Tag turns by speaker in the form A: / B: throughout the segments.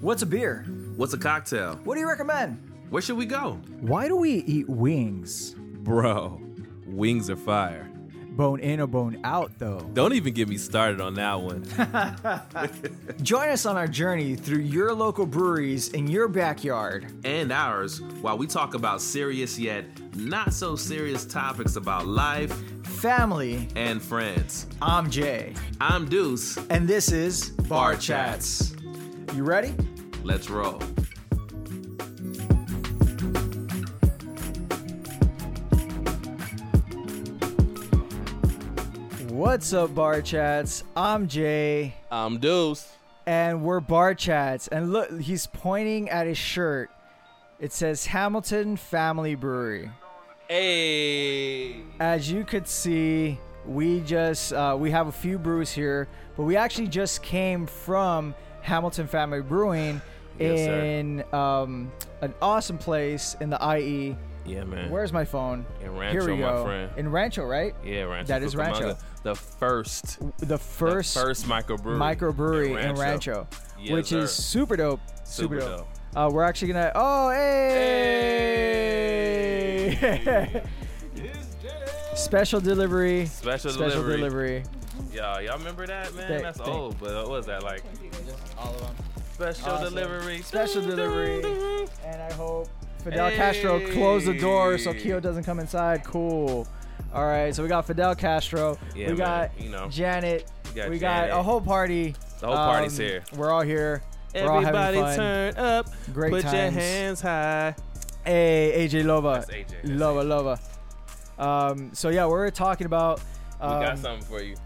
A: What's a beer?
B: What's a cocktail?
A: What do you recommend?
B: Where should we go?
C: Why do we eat wings?
B: Bro, wings are fire.
C: Bone in or bone out, though.
B: Don't even get me started on that one.
A: Join us on our journey through your local breweries in your backyard.
B: and ours while we talk about serious yet not so serious topics about life
A: Family,
B: and friends.
A: I'm Jay,
B: I'm Deuce.
A: and this is Bar Chats. You ready?
B: Let's roll.
A: What's up, Bar Chats? I'm Jay,
B: I'm Deuce.
A: and we're Bar Chats. And look, he's pointing at his shirt. It says Hamilton Family Brewery.
B: Hey.
A: As you could see, we just uh, we have a few brews here, but we actually just came from Hamilton Family Brewing
B: Yes, sir.
A: in um, an awesome place in the IE.
B: Yeah, man.
A: Where's my phone?
B: In Rancho, my friend.
A: In Rancho, right?
B: yeah, Rancho.
A: That is
B: Cucamonga.
A: Rancho.
B: The first,
A: The first,
B: the first microbrewery.
A: microbrewery in Rancho,
B: Yes,
A: which is
B: sir.
A: super dope. Super,
B: Super
A: dope. Uh, we're actually gonna. Oh, hey! Special delivery.
B: Special delivery. Y'all, y'all remember that, man?
A: Thank-
B: That's
A: thank-
B: old, but what was that like? Special
A: Awesome.
B: delivery.
A: Special
B: Dun, dun,
A: delivery.
B: dun.
A: And I hope Fidel Castro closed the door so
B: Hey.
A: Keo doesn't come inside. Cool. All right, so we got Fidel Castro.
B: Yeah,
A: we
B: man,
A: got
B: you know.
A: Janet.
B: We got
A: we got
B: Janet.
A: a whole party. Um,
B: The whole party's here.
A: We're all here. we're all
B: Everybody
A: having fun.
B: turn up.
A: Great
B: Put your
A: times.
B: hands high.
A: Hey, AJ Lova.
B: That's AJ, that's
A: Lova, Lova. Um, so yeah, we're talking about. Um,
B: we got something for you.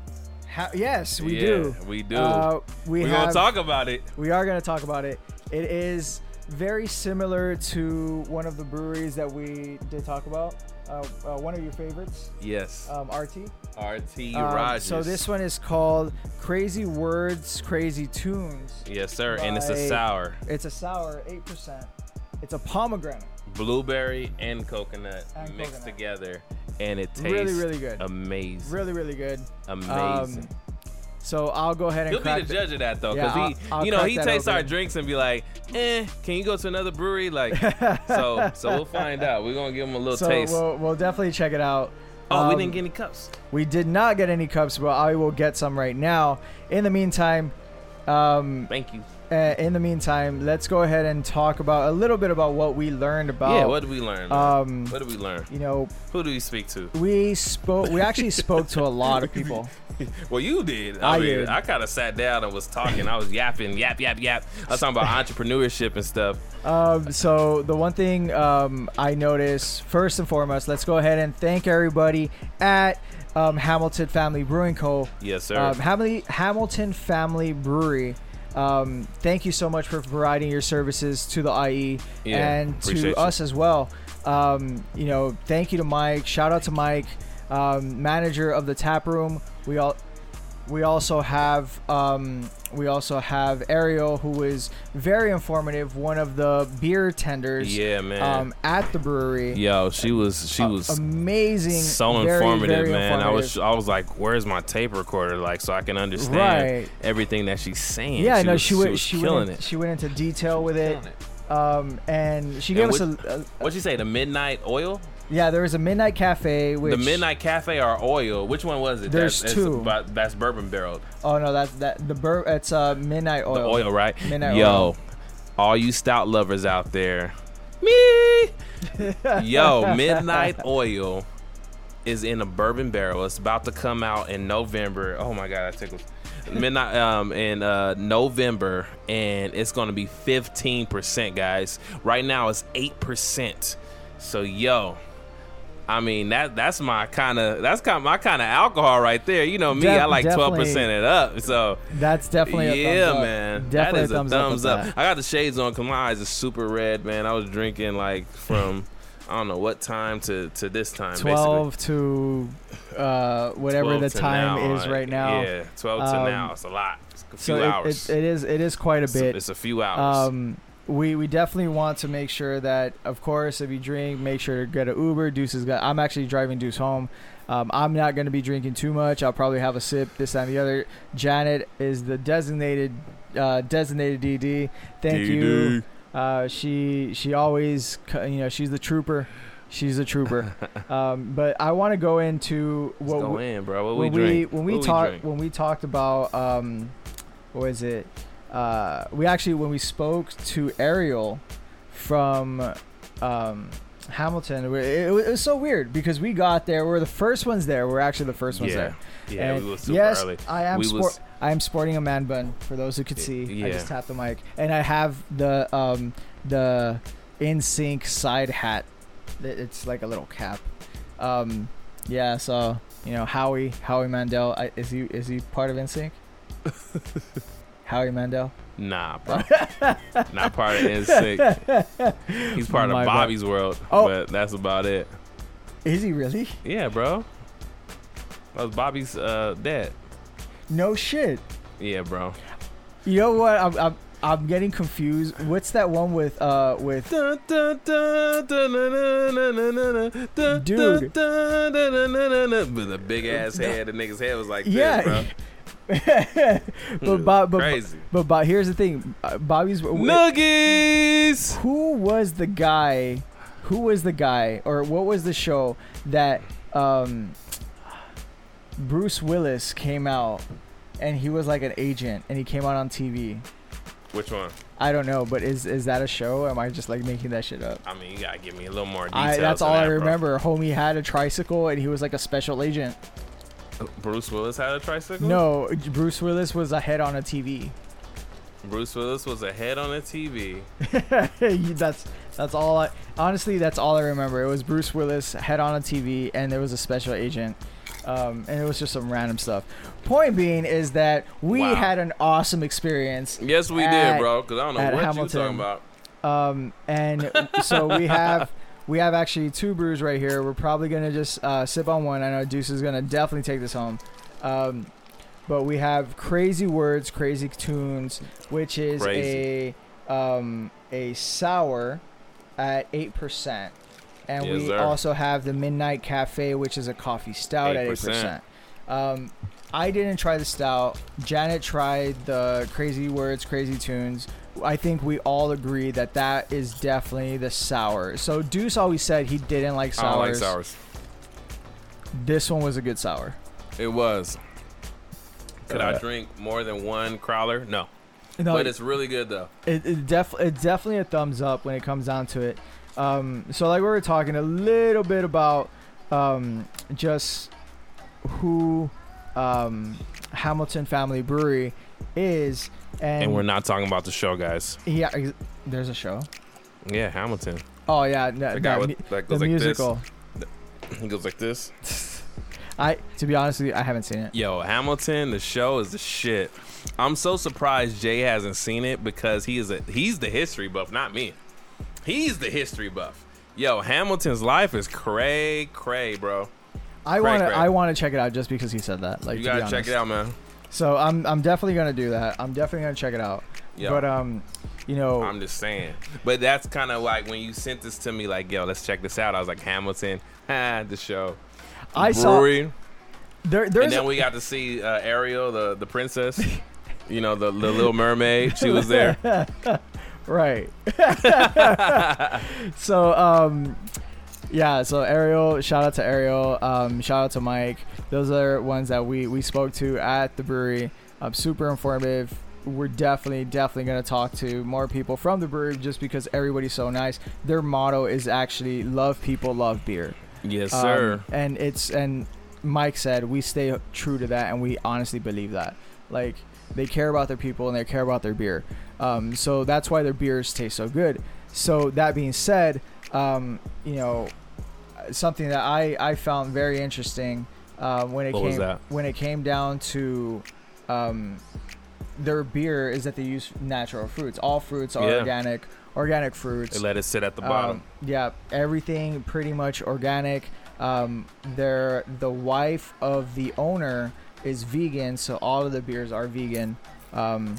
A: ha- yes, we
B: Yeah,
A: do.
B: We do.
A: Uh, we
B: We're
A: have,
B: gonna talk about it.
A: We are going to talk about it. It is very similar to one of the breweries that we did talk about. Uh, uh, one of your favorites,
B: Yes.
A: um, RT.
B: RT
A: Um,
B: Rogers.
A: so this one is called Crazy Words, Crazy Tunes.
B: Yes, sir. And it's a
A: by-
B: sour,
A: It's a sour, 8%. It's a pomegranate.
B: blueberry and coconut
A: And
B: mixed
A: coconut.
B: together, and it tastes
A: Really, really good.
B: Amazing.
A: Really, really good.
B: amazing.
A: Um, so I'll go ahead and
B: He'll be
A: crack
B: the judge of that though,
A: Yeah,
B: because he,
A: I'll- I'll
B: you know,
A: crack
B: he
A: that
B: tastes our
A: open.
B: drinks and be like, "Eh, can you go to another brewery?" Like, so, so we'll find out. We're gonna give him a little
A: So
B: taste.
A: We'll, we'll definitely check it out.
B: oh, we
A: Um,
B: didn't get any cups.
A: We did not get any cups, but I will get some right now. In the meantime, um,
B: Thank you.
A: uh, in the meantime, let's go ahead and talk about a little bit about what we learned about.
B: yeah. What did we learn? man?
A: Oh, um,
B: what did we learn?
A: you know,
B: Who do we speak to?
A: we spoke. We actually spoke to a lot of people.
B: Well, you did. I,
A: I
B: mean,
A: did.
B: I kind of sat down and was talking. I was yapping, yap, yap, yap. I was talking about entrepreneurship and stuff.
A: Um, so the one thing um, I noticed first and foremost, let's go ahead and thank everybody at um, Hamilton Family Brewing Co.
B: Yes, sir.
A: Um, Hamley, Hamilton Family Brewery. Um, thank you so much for providing your services to the IE
B: Yeah,
A: and to
B: appreciate you.
A: us as well. Um, you know, thank you to Mike. Shout out to Mike, um, manager of the tap room. We all. We also have um, we also have Ariel, who is very informative, one of the beer tenders
B: yeah, man.
A: um, uh, at the brewery.
B: Yo, she was she was
A: Amazing,
B: so
A: very,
B: informative,
A: very
B: man. I
A: informative.
B: was I was like, where's my tape recorder? Like, so I can understand
A: Right.
B: everything that she's saying.
A: Yeah,
B: she
A: no,
B: was,
A: she went.
B: was
A: She
B: killing
A: went. in-
B: it.
A: She went into detail with it.
B: Killing
A: Um, and she gave
B: And
A: us
B: what-
A: a, a-
B: What'd you say? The Midnight Oil,
A: Yeah, there was a midnight cafe. Which,
B: the Midnight Cafe, or Oil? Which one was it?
A: There's
B: that's,
A: two.
B: That's, about- that's bourbon barreled.
A: Oh no, that's that the bur. It's uh midnight oil.
B: the oil, right?
A: Midnight
B: Yo,
A: oil.
B: all you stout lovers out there, me. Yo, Midnight Oil is in a bourbon barrel. It's about to come out in November. Oh my god, that tickles. Midnight um in uh November and it's gonna be 15%, guys. Right now it's 8%. So yo, I mean that that's my kind of that's kind of my kind of alcohol right there. You know me,
A: Def-
B: I like
A: definitely.
B: 12% it up. So
A: That's definitely a
B: yeah,
A: thumbs up.
B: man.
A: Definitely
B: that is
A: a thumbs, up. with that.
B: I got the shades on because my eyes are super red, man. I was drinking like from I don't know what time to to this time, basically.
A: Twelve to uh whatever
B: 12
A: the
B: to
A: time
B: now,
A: is
B: like,
A: right now.
B: Yeah, twelve to
A: Um,
B: now. It's a lot. It's a few
A: so it-
B: hours.
A: it, it is it is quite a
B: it's, a,
A: bit.
B: it's a few hours.
A: Um, we we definitely want to make sure that, of course, if you drink, make sure to get an Uber. Deuce is got. I'm actually driving Deuce home. Um, I'm not going to be drinking too much. I'll probably have a sip this time. The other Janet is the designated uh, designated DD. Thank you. Uh, she she always c- you know she's the trooper. She's a trooper. um, but I want to go into what
B: Let's go
A: we-
B: in, bro. What
A: when
B: we
A: we
B: drink?
A: when we
B: What
A: talked
B: drink?
A: when we talked about um, what was it? Uh, we actually when we spoke to Ariel from um, Hamilton, we- it, it was- it was so weird because we got there. We were the first ones there. We were actually the first ones
B: yeah,
A: there.
B: yeah,
A: And
B: we were super
A: yes,
B: early.
A: I am.
B: We
A: spor-
B: was-
A: I am sporting a man bun. For those who could see, I
B: Yeah.
A: just tapped the mic, and I have the um, the in sync side hat. It- It's like a little cap. Um, yeah. So you know, Howie Howie Mandel. I, is he is he part of NSYNC? Howie Mandel.
B: Nah, bro. Not part of NSYNC. He's part
A: My
B: of
A: bad.
B: Bobby's world,
A: Oh.
B: but that's about it.
A: Is he really?
B: Yeah, bro. That was Bobby's uh, dad.
A: No shit.
B: Yeah, bro.
A: You know what? I'm I'm, I'm getting confused. What's that one with uh with
B: Dude,
A: Dude.
B: with a big ass head, the nigga's head was like this,
A: Yeah.
B: bro.
A: but Bob but,
B: Crazy.
A: but Bob here's the thing. Uh, Bobby's
B: Nuggies.
A: who was the guy who was the guy or what was the show that um bruce willis came out and he was like an agent and he came out on tv
B: Which one?
A: i don't know but is is that a show am i just like making that shit up
B: I mean, you gotta give me a little more
A: I,
B: details.
A: that's
B: on
A: all
B: that,
A: i
B: bro.
A: remember homie had a tricycle and he was like a special agent
B: Bruce Willis had a tricycle.
A: no bruce willis was a head on a tv
B: Bruce Willis was a head on a TV.
A: You- that's that's all I honestly that's all I remember. It was Bruce Willis head on a TV and there was a special agent. Um, and it was just some random stuff. Point being is that we
B: Wow.
A: had an awesome experience.
B: Yes, we
A: At-
B: did, bro. Because I don't know
A: at
B: what
A: Hamilton.
B: you talking about.
A: Um, and so we have we have actually two brews right here. We're probably gonna just uh, sip on one. I know Deuce is gonna definitely take this home. Um, but we have crazy words, crazy tunes, which is
B: Crazy.
A: a um, a sour at eight percent, and
B: Yes,
A: we
B: sir.
A: also have the midnight cafe, which is a coffee stout at eight
B: 8%.
A: percent. Um, I didn't try the stout. Janet tried the crazy words, crazy tunes. I think we all agree that that is definitely the sour. So Deuce always said he didn't like sours.
B: I don't like sours.
A: This one was a good sour.
B: It was. Could I
A: Uh,
B: drink more than one crowler? No.
A: No,
B: but it's really good though.
A: it, it def- it's definitely a thumbs up when it comes down to it. Um, so like we were talking a little bit about um, just who um, Hamilton Family Brewery is, and,
B: And, we're not talking about the show, guys.
A: yeah, ex- there's a show.
B: Yeah, Hamilton.
A: Oh yeah, no,
B: The
A: that
B: guy
A: mu-
B: with that
A: the
B: goes like
A: musical.
B: this. He goes like this.
A: I to be honest with you, I haven't seen it.
B: Yo, Hamilton, the show is the shit. I'm so surprised Jay hasn't seen it because he is a he's the history buff, not me. He's the history buff. Yo, Hamilton's life is cray cray, bro.
A: I
B: Cray,
A: want to
B: cray.
A: I want to check it out just because he said that. Like
B: You
A: to be
B: gotta check
A: honest.
B: it out, man.
A: So I'm I'm definitely gonna do that. I'm definitely gonna check it out.
B: Yeah.
A: But um, you know,
B: I'm just saying. But that's kind of like when you sent this to me, like, yo, let's check this out. I was like, Hamilton, ah, the show.
A: I saw
B: Brewery.
A: there
B: and
A: there's
B: then we got to see uh, Ariel, the, the princess. You know, the, the little mermaid. She was there.
A: Um, Right. so, um, yeah. So Ariel, shout out to Ariel. Um, shout out to Mike. Those are ones that we we spoke to at the brewery. Um, super informative. We're definitely definitely gonna talk to more people from the brewery just because everybody's so nice. Their motto is actually "Love people, love beer."
B: Yes,
A: Um,
B: sir.
A: and it's and Mike said we stay true to that, and we honestly believe that. Like they care about their people and they care about their beer, um, so that's why their beers taste so good. So that being said, um, you know, something that I I found very interesting um, when it
B: What
A: came
B: was that?
A: when it came down to. Um, their beer is that they use natural fruits. All fruits are
B: Yeah.
A: organic. Organic fruits.
B: They let it sit at the
A: Um,
B: bottom.
A: yeah, everything pretty much organic. Um, they're the wife of the owner is vegan, so all of the beers are vegan. Um,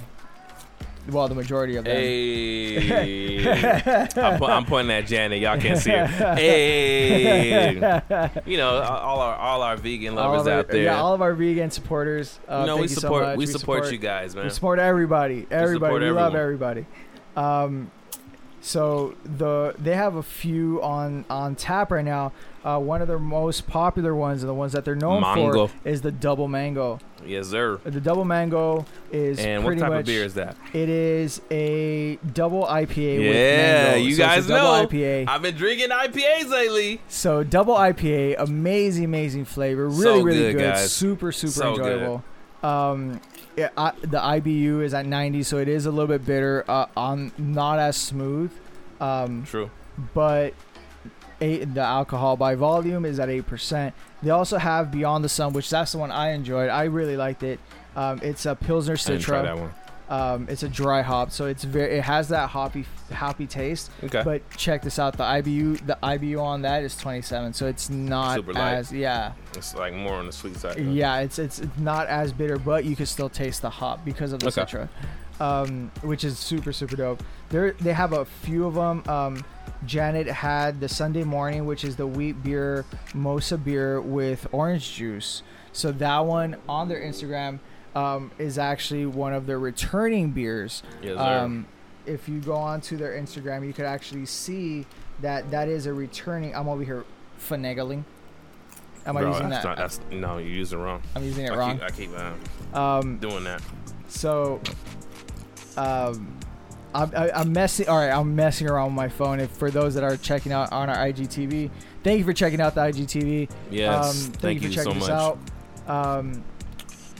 A: well, the majority of them.
B: Hey, I'm, po- I'm pointing at Janet. Y'all can't see her. Hey, you know all our all our vegan
A: all
B: lovers
A: of our,
B: out there.
A: Yeah, all of our vegan supporters. Uh,
B: you know
A: thank
B: we
A: you so
B: support
A: much.
B: we, support, you guys,
A: We
B: man.
A: support everybody. Everybody. We,
B: support
A: love
B: everyone.
A: everybody. Um, so the they have a few on on tap right now. Uh, one of their most popular ones and the ones that they're known
B: Mango.
A: for is the double mango.
B: Yes, sir.
A: The double mango is
B: And what
A: pretty
B: type
A: much
B: of beer is that?
A: it is a double IPA. with
B: Yeah,
A: mango.
B: you
A: So it's a
B: guys
A: double
B: know.
A: IPA.
B: I've been drinking IPAs lately.
A: So double IPA, amazing, amazing flavor, really,
B: So
A: really
B: good,
A: good,
B: guys.
A: super, super
B: So good.
A: enjoyable. Um, yeah, I, the IBU is at 90, so it is a little bit bitter, uh, on not as smooth, um,
B: True.
A: but eight, the alcohol by volume is at eight percent. They also have Beyond the Sun, which that's the one I enjoyed. I really liked it. Um, it's a Pilsner
B: I didn't try
A: Citra.
B: that one.
A: Um, it's a dry hop, so it's very it has that hoppy hoppy taste.
B: Okay.
A: But check this out. The IBU, the IBU on that is 27, so it's not
B: Super light.
A: as yeah,
B: it's like more on the sweet side. huh?
A: yeah. It's it's not as bitter, but you can still taste the hop because of the
B: Okay.
A: citra, um, which is super super dope. They they have a few of them. Um, Janet had the Sunday morning, which is the wheat beer mosa beer with orange juice. So that one on their Instagram um, is actually one of their returning beers.
B: Yes, sir.
A: Um, if you go onto their Instagram, you could actually see that that is a returning. I'm over here finagling. Am I
B: Bro,
A: using
B: that's
A: that?
B: Not, that's, no, you used it wrong.
A: I'm using it
B: I
A: wrong.
B: keep, I keep uh,
A: Um,
B: doing that.
A: so, um, I'm, I, I'm messing. All right, I'm messing around with my phone. If for those that are checking out on our IGTV, thank you for checking out the IGTV.
B: Yes,
A: um,
B: thank,
A: you for checking
B: so
A: us
B: much.
A: out. Um,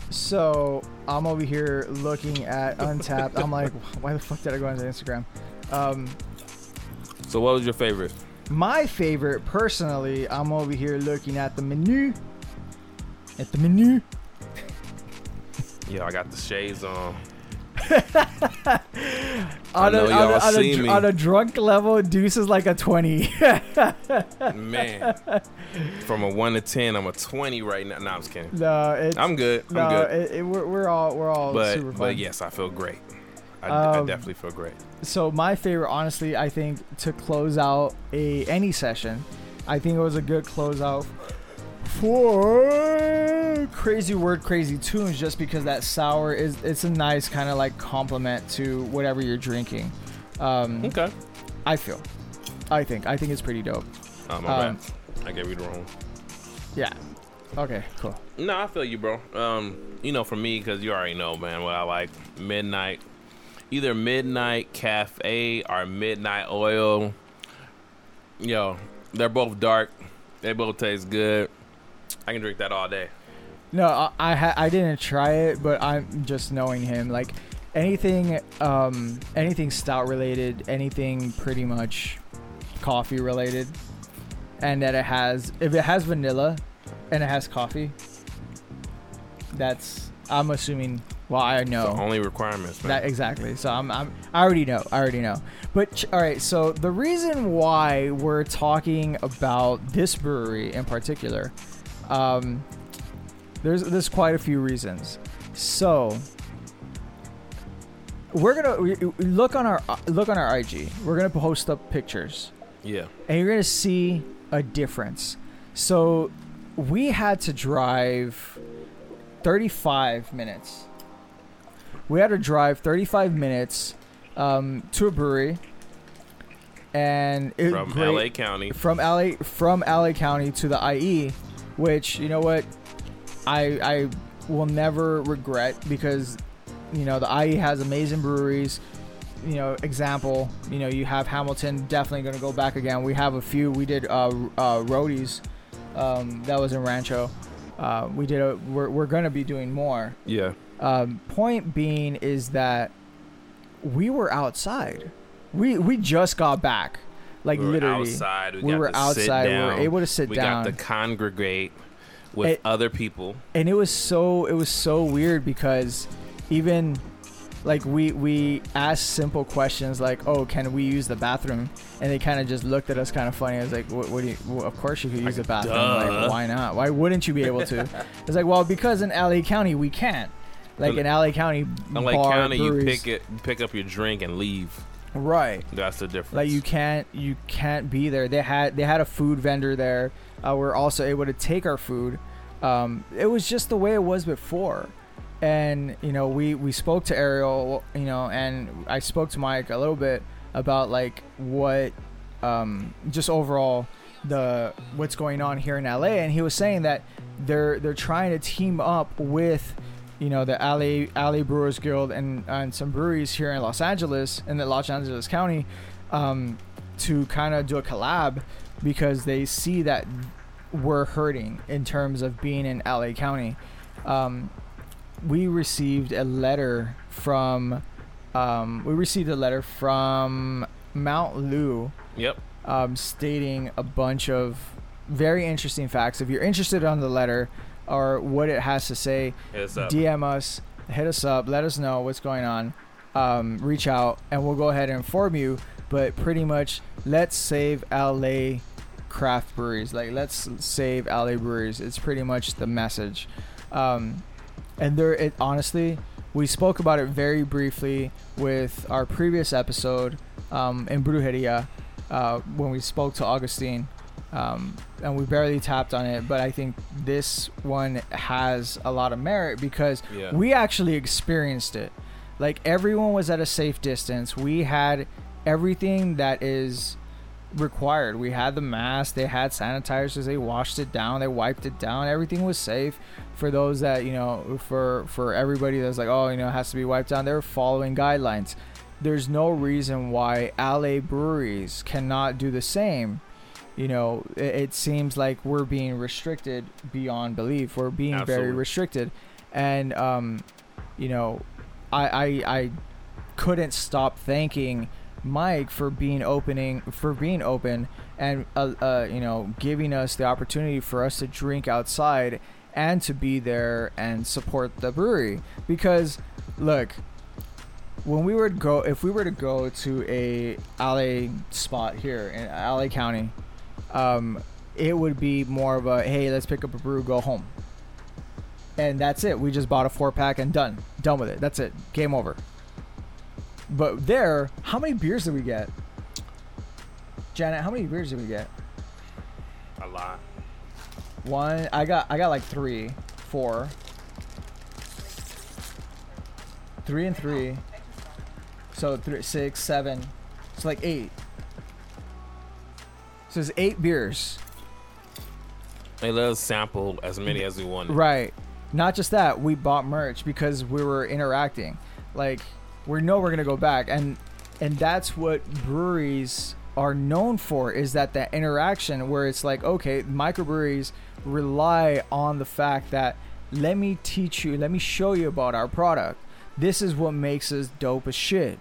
A: so I'm over here looking at Untapped. I'm like, why the fuck did I go onto Instagram? Um,
B: So, what was your favorite?
A: My favorite, personally, I'm over here looking at the menu. At the menu.
B: Yo, I got the shades on. I
A: On a,
B: know
A: on,
B: y'all
A: a, on, a,
B: see
A: dr-
B: me.
A: on a drunk level, Deuce is like a 20.
B: Man, from a one to ten, I'm a twenty right now. No, I'm just kidding.
A: no, it's,
B: I'm good. I'm
A: no,
B: good.
A: It, it- we're, we're all we're all
B: but
A: super fun.
B: but yes, I feel great. I, I
A: Um,
B: definitely feel great.
A: So my favorite, honestly, I think to close out a any session, I think it was a good closeout for crazy word, crazy tunes, just because that sour is it's a nice kind of like compliment to whatever you're drinking. Um,
B: Okay.
A: I feel. I think. I think it's pretty dope.
B: Oh, my
A: Um,
B: bad. I gave you the wrong. one.
A: Yeah. Okay, cool.
B: No, I feel you, bro. Um, you know, for me, because you already know, man, what I like midnight, either midnight cafe or midnight oil. Yo, they're both dark. They both taste good. I can drink that all day.
A: No, I I, ha- I didn't try it, but I'm just knowing him. Like anything um anything stout related, anything pretty much coffee related and that it has if it has vanilla and it has coffee, that's I'm assuming well, I know.
B: Only requirements, man.
A: That exactly. So I'm, I'm I already know. I already know. But ch- all right, so the reason why we're talking about this brewery in particular um there's there's quite a few reasons. So we're gonna we, we- look on our look on our IG. We're gonna post up pictures,
B: yeah.
A: and you're gonna see a difference. So we had to drive 35 minutes. We had to drive 35 minutes um, to a brewery, and it
B: From
A: great-
B: LA County.
A: from LA from LA County to the IE, which you know what, I I will never regret because you know the IE has amazing breweries. You know, example, you know you have Hamilton, definitely going to go back again. We have a few. We did uh, uh roadies, um, that was in Rancho. Uh, we did a. We're we're going to be doing more.
B: Yeah.
A: Um, point being is that we were outside. We we just got back, like
B: we were
A: literally.
B: outside. We,
A: we
B: got
A: were
B: to
A: outside,
B: Sit
A: we were
B: down.
A: able to sit
B: we
A: down.
B: got to congregate with
A: It-
B: other people.
A: and it was so it was so weird because even like we we asked simple questions like oh can we use the bathroom and they kind of just looked at us kind of funny i was like what, what do you well, of course you could use the bathroom
B: duh.
A: like why not why wouldn't you be able to it's like well because in la county we can't like in LA County
B: In Lake
A: bar
B: County, you
A: breweries.
B: pick it, you pick up your drink and leave.
A: right.
B: That's the difference.
A: Like you can't you can't be there. They had they had a food vendor there. Uh, we're also able to take our food. Um, it was just the way it was before, and you know we we spoke to Ariel, you know, and I spoke to Mike a little bit about like what um, just overall the what's going on here in LA, and he was saying that they're they're trying to team up with you know the LA LA Brewers Guild and and some breweries here in Los Angeles in the Los Angeles County um, to kind of do a collab because they see that we're hurting in terms of being in LA County. Um, we received a letter from um, we received a letter from Mount Lou
B: Yep.
A: um, stating a bunch of very interesting facts. If you're interested on the letter or what it has to say,
B: It's uh, up.
A: DM us, hit us up, let us know what's going on, um, reach out, and we'll go ahead and inform you. But pretty much, let's save LA craft breweries. Like, let's save LA breweries. It's pretty much the message. Um, and there, it honestly, we spoke about it very briefly with our previous episode um, in Brujeria uh, when we spoke to Augustine. Um, and we barely tapped on it, but I think this one has a lot of merit because
B: Yeah.
A: we actually experienced it. Like everyone was at a safe distance. We had everything that is required. We had the mask, they had sanitizers, they washed it down, they wiped it down. Everything was safe for those that, you know, for for everybody that's like, "Oh, you know, it has to be wiped down." They were following guidelines. There's no reason why LA breweries cannot do the same. You know, it, it seems like we're being restricted beyond belief. We're being very
B: Absolutely.
A: restricted. And um, you know, I I, I couldn't stop thanking Mike for being opening for being open and uh, uh, you know giving us the opportunity for us to drink outside and to be there and support the brewery because look when we would go if we were to go to a LA spot here in LA County um, it would be more of a hey let's pick up a brew go home and that's it we just bought a four pack and done done with it that's it game over but there, how many beers did we get? Janet, how many beers did we get?
B: A lot.
A: One. I got. I got like three, four, three and three. So three, six, seven. So like eight. So it's eight beers.
B: They let us sample as many as we wanted.
A: Right. Not just that, we bought merch because we were interacting. Like we know we're gonna go back, and and that's what breweries are known for is that that interaction where it's like, okay, microbreweries rely on the fact that let me teach you, let me show you about our product. This is what makes us dope as shit.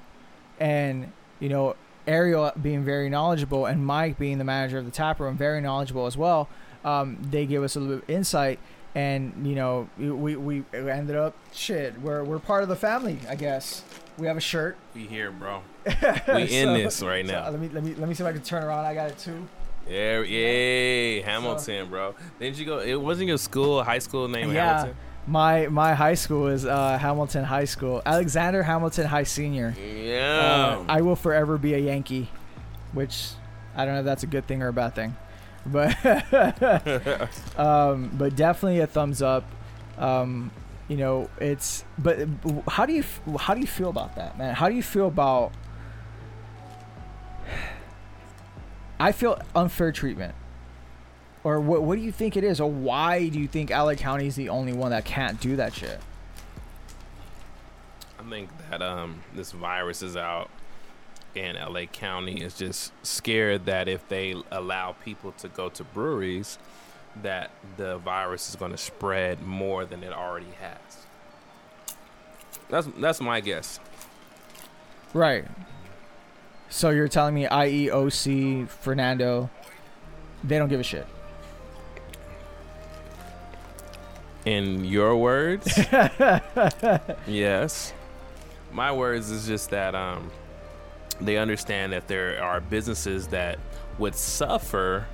A: And you know, Ariel being very knowledgeable and Mike being the manager of the tap room, very knowledgeable as well. Um, they gave us a little insight, and you know, we, we ended up shit. We're we're part of the family, I guess. We have a shirt.
B: We here, bro. We in
A: So-
B: this right
A: so,
B: now.
A: let me let me let me see if I can turn around. I got it too.
B: Yeah, yay, Hamilton, bro. Didn't you go? It wasn't your school, high school name
A: yeah, Um,
B: Hamilton.
A: my my high school is uh, Hamilton High School. Alexander Hamilton High Senior. Uh,
B: Yeah.
A: I will forever be a Yankee, which I don't know if that's a good thing or a bad thing, but um, but definitely a thumbs up. Um, you know, it's but how do you how do you feel about that, man? How do you feel about? I feel unfair treatment. Or what, what do you think it is? Or why do you think LA County is the only one that can't do that shit?
B: I think that um this virus is out and LA County is just scared that if they allow people to go to breweries that the virus is going to spread more than it already has. That's that's my guess.
A: Right. So you're telling me IEOC, Fernando, they don't give a shit.
B: In your words? yes. My words is just that um, they understand that there are businesses that would suffer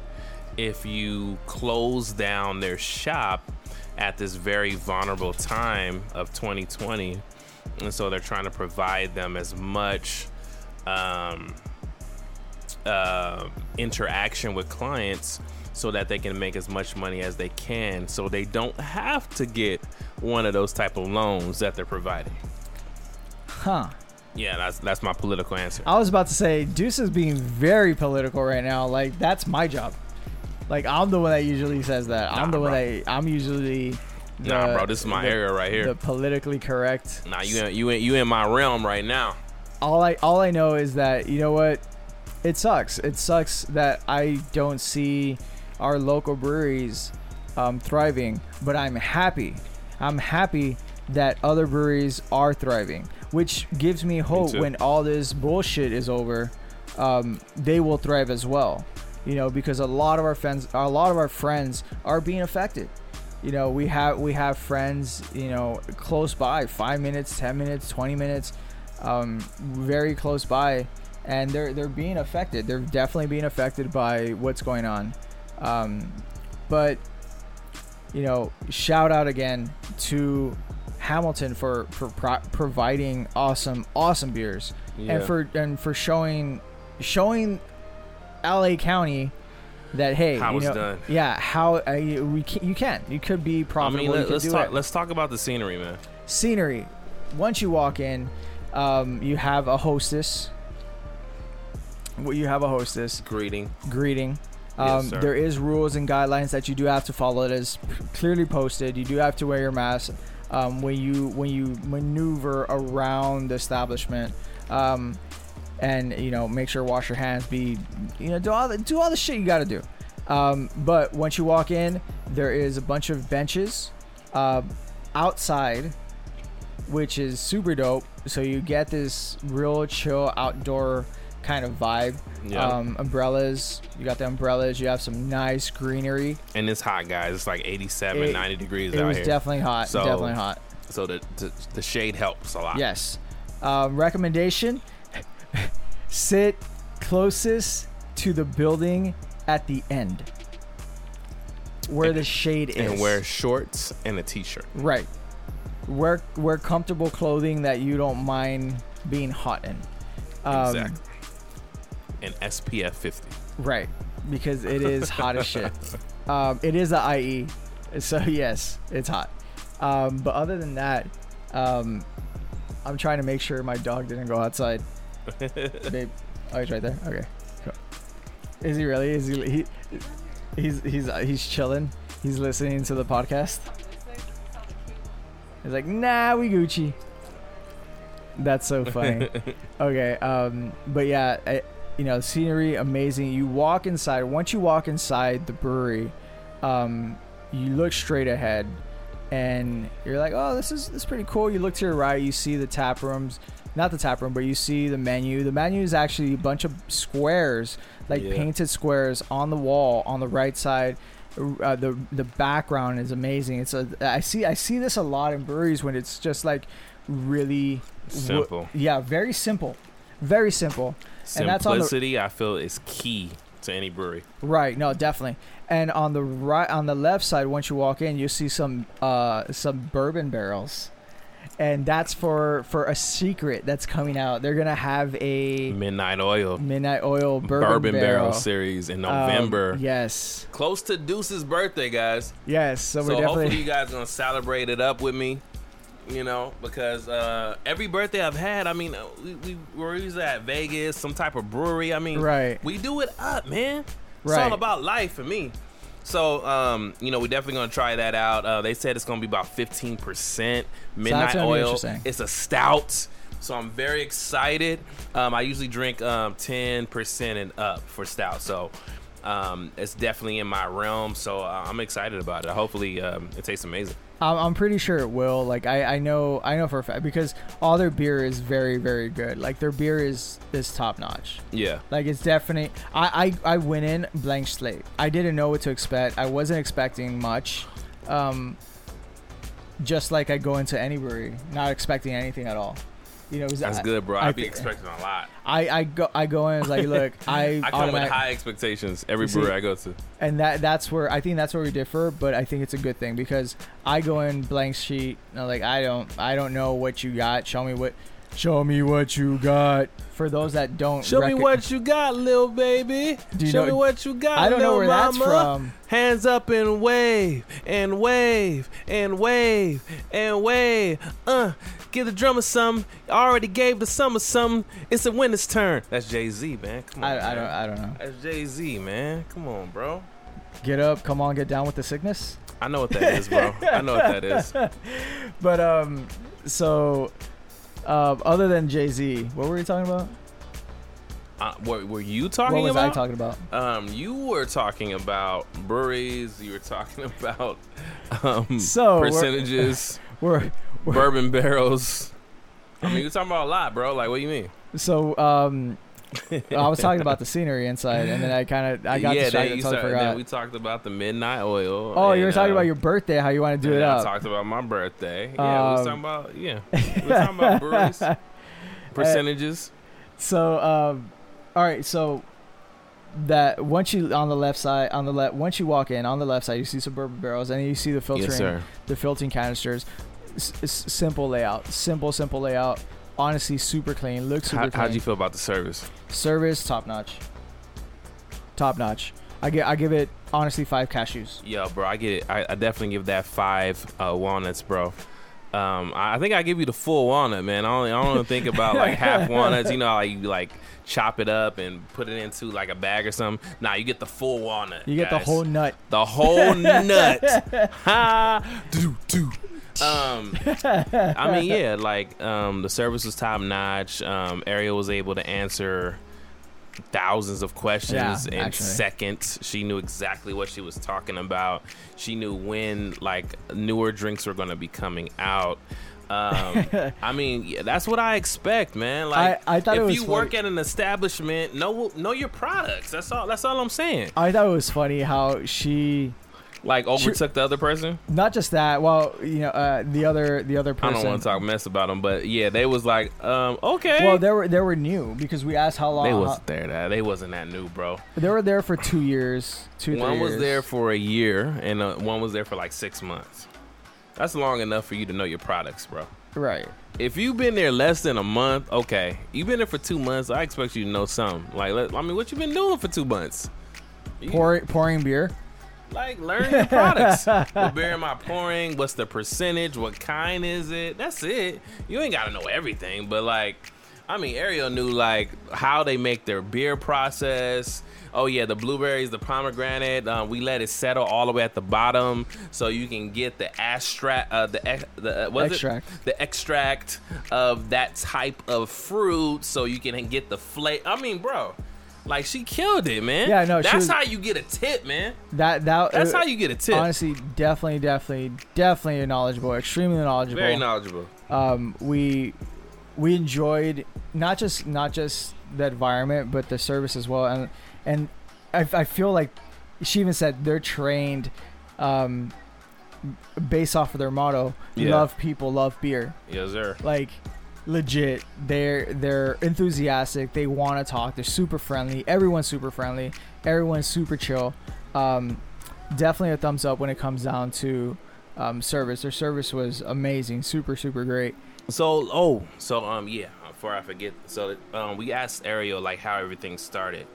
B: if you close down their shop at this very vulnerable time of 2020. And so they're trying to provide them as much um, uh, interaction with clients so that they can make as much money as they can so they don't have to get one of those type of loans that they're providing.
A: Huh.
B: Yeah, that's that's my political answer.
A: I was about to say, Deuce is being very political right now. Like that's my job. Like I'm the one that usually says that. I'm
B: Nah,
A: the one
B: bro.
A: that I'm usually. The,
B: nah, bro, this is my
A: the-
B: area right here.
A: The politically correct.
B: nah, you in, you in, you in my realm right now.
A: all I all I know is that you know what, it sucks. It sucks that I don't see our local breweries um, thriving, but I'm happy. I'm happy that other breweries are thriving, which gives me hope
B: too.
A: when all this bullshit is over. Um, they will thrive as well, you know, because a lot of our friends, a lot of our friends are being affected. You know, we have we have friends, you know, close by, five minutes, ten minutes, twenty minutes, um, very close by, and they're they're being affected. They're definitely being affected by what's going on. Um, but you know, shout out again to Hamilton for for pro- providing awesome awesome beers and
B: Yeah.
A: for and for showing showing LA County that hey,
B: How
A: you
B: it's
A: know,
B: done.
A: yeah, how uh, you- we can, you can you could be
B: I
A: profitable.
B: mean,
A: you
B: let,
A: could
B: us
A: do
B: talk.
A: it.
B: Let's talk about the scenery, man.
A: Scenery. Once you walk in, um, you have a hostess. Well, you have a hostess
B: Greeting.
A: greeting.
B: Yes,
A: Um,
B: sir.
A: there is rules and guidelines that you do have to follow. It is clearly posted. You do have to wear your mask um, when you when you maneuver around the establishment, um, and you know make sure to wash your hands. Be you know do all the, do all the shit you got to do. Um, but once you walk in, there is a bunch of benches uh, outside, which is super dope. So you get this real chill outdoor kind of vibe.
B: Yeah.
A: Um, umbrellas. You got the umbrellas. You have some nice greenery.
B: And it's hot, guys. It's like 87,
A: It-
B: 90 degrees
A: It
B: out
A: was
B: here.
A: definitely hot.
B: So-
A: definitely hot.
B: so the, the the shade helps a lot.
A: Yes. Um, recommendation: sit closest to the building at the end, where the shade is.
B: And wear shorts and a t-shirt.
A: Right. Wear wear comfortable clothing that you don't mind being hot in. Um,
B: exactly. And SPF 50.
A: Right, because it is hot as shit. Um, it is a IE, so yes, it's hot. Um, but other than that, um, I'm trying to make sure my dog didn't go outside. Babe, oh, he's right there. Okay, cool. Is he really? Is he? he he's he's uh, he's chilling. He's listening to the podcast. He's like, nah, we Gucci. That's so funny. okay, um, but yeah, I, you know, scenery amazing. You walk inside. Once you walk inside the brewery, um, you look straight ahead, and you're like, oh, this is this is pretty cool. You look to your right, you see the tap rooms. Not the tap room, but you see the menu. The menu is actually a bunch of squares, like
B: Yeah.
A: painted squares on the wall on the right side. Uh, the the background is amazing. It's a I see I see this a lot in breweries when it's just like really wo-
B: Simple.
A: yeah, very simple, very simple. And that's on the-
B: Simplicity, I feel, is key to any brewery.
A: Right. No, definitely. And on the right, on the left side, once you walk in, you see some uh, some bourbon barrels, and that's for for a secret that's coming out. They're gonna have a
B: Midnight Oil
A: midnight oil bourbon,
B: Bourbon, Barrel.
A: barrel,
B: series in
A: Um,
B: November.
A: yes.
B: Close to Deuce's birthday, guys.
A: Yes. So
B: So
A: we're
B: hopefully
A: definitely
B: you guys gonna celebrate it up with me. You know, because uh, every birthday I've had, I mean, uh, we, we were always at Vegas, some type of brewery. I mean,
A: Right.
B: We do it up, man. It's
A: Right.
B: all about life for me. So, um, you know, we're definitely gonna try that out. Uh, they said it's gonna be about fifteen percent midnight
A: gonna be
B: oil.
A: interesting.
B: It's a stout, so I'm very excited. Um, I usually drink ten percent and up for stout, so um, it's definitely in my realm. So uh, I'm excited about it. Hopefully, um, it tastes amazing.
A: I'm, I'm pretty sure it will. Like I, I know I know for a fact because all their beer is very very good. Like their beer is is top notch.
B: Yeah,
A: Like it's definitely. I, I I went in blank slate. I didn't know what to expect. I wasn't expecting much. Um, just like I go into any brewery, not expecting anything at all. You know, 'cause
B: That's
A: I-
B: good, bro.
A: I
B: I'd be
A: thi-
B: expecting a lot.
A: I, I go I go in it's like look I,
B: I come with
A: automatic-
B: high expectations every
A: see-
B: brewery I go to.
A: and that that's where I think that's where we differ, but I think it's a good thing because I go in blank sheet and I'm like I don't I don't know what you got. Show me what show me what you got. For those that don't recog-
B: you got, little baby.
A: Do you Show know- me
B: what you got.
A: I don't know where that's from.
B: Hands up and wave and wave and wave and wave. Uh, give the drummer some. Already gave the summer some. It's the winner's turn. That's Jay Z, man. Come on.
A: I, I don't
B: man.
A: I don't know.
B: That's Jay Z, man. Come on, bro.
A: Get up, come on, get down with the sickness.
B: I know what that is, bro. I know what that is.
A: But um so uh, other than Jay Z, what were we talking about?
B: Uh, what were you talking
A: What was
B: about?
A: I talking about?
B: um, you were talking about breweries. You were talking about um,
A: So, we're-
B: percentages,
A: We're
B: bourbon barrels. I mean, you were talking about a lot, bro. Like, what do you mean?
A: so um I was talking about the scenery inside, and then I kind of I got
B: yeah,
A: distracted
B: then, you
A: and totally
B: start-
A: forgot.
B: then we talked about the midnight oil.
A: Oh, you
B: and,
A: were talking
B: uh,
A: about your birthday, how you want to do
B: and
A: it
B: then I
A: up.
B: talked about my birthday. Yeah, we
A: Um,
B: were talking about yeah, we were talking about breweries, percentages.
A: So, um, all right, so that once you on the left side, on the left, once you walk in on the left side, you see some bourbon barrels, and then you see the filtering, the filtering canisters. S- s- simple layout, simple, simple layout. Honestly, super clean. Looks super
B: How,
A: clean.
B: how'd you feel about the service?
A: Service top notch. Top notch. I get. I give it honestly five cashews.
B: Yeah, bro, I get it. I, I definitely give that five uh, walnuts, bro. Um, I I think I give you the full walnut, man. I only I don't think about like half walnuts. You know, how you like chop it up and put it into like a bag or something. Nah, you get the full walnut.
A: You get the
B: guys.
A: whole nut.
B: the whole nut. ha do do. Um, I mean, yeah, like um, the service was top notch. Um, Ariel was able to answer thousands of questions
A: Yeah,
B: in
A: actually.
B: seconds. She knew exactly what she was talking about. She knew when like newer drinks were going to be coming out. Um, I mean, yeah, that's what I expect, man. Like,
A: I thought
B: if
A: it was
B: you work
A: funny.
B: at an establishment, know know your products. That's all. That's all I'm saying.
A: I thought it was funny how she
B: Like overtook the other person.
A: not just that. Well, you know, uh, the other the other person.
B: I don't want to talk mess about them, but yeah, they was like, um, okay.
A: Well, they were they were new because we asked how long
B: they
A: how-
B: wasn't there. That they wasn't that new, bro.
A: they were there for two years. Two
B: One
A: three
B: was
A: years.
B: there for a year, and uh, one was there for like six months. That's long enough for you to know your products, bro.
A: right.
B: If you've been there less than a month, okay. You've been there for two months. I expect you to know something. Like, let, I mean, what you been doing for two months? You-
A: Pour, pouring beer.
B: Like, learn your products. what beer am I pouring? What's the percentage? What kind is it? That's it. You ain't got to know everything, but like, I mean, Ariel knew like how they make their beer process. Oh yeah, the blueberries, the pomegranate. Uh, we let it settle all the way at the bottom, so you can get the extract, uh, the ex- the uh, what is it?
A: Extract.
B: the extract of that type of fruit, so you can get the flavor. I mean, bro, like she killed it, man.
A: Yeah, I know, she
B: That's
A: was-
B: how you get a tip, man.
A: That that.
B: That's
A: uh,
B: how you get a tip.
A: Honestly, definitely, definitely, definitely knowledgeable. Extremely knowledgeable.
B: Very knowledgeable.
A: Um, we we enjoyed not just not just the environment, but the service as well. And and I, I feel like she even said they're trained, um, based off of their motto:
B: Yeah.
A: love people, love beer.
B: Yes, sir.
A: like legit they're they're enthusiastic they want to talk they're super friendly everyone's super friendly everyone's super chill um, definitely a thumbs up when it comes down to um, service their service was amazing super super great
B: So, oh, so um, yeah. Before I forget, so um, we asked Ariel like how everything started.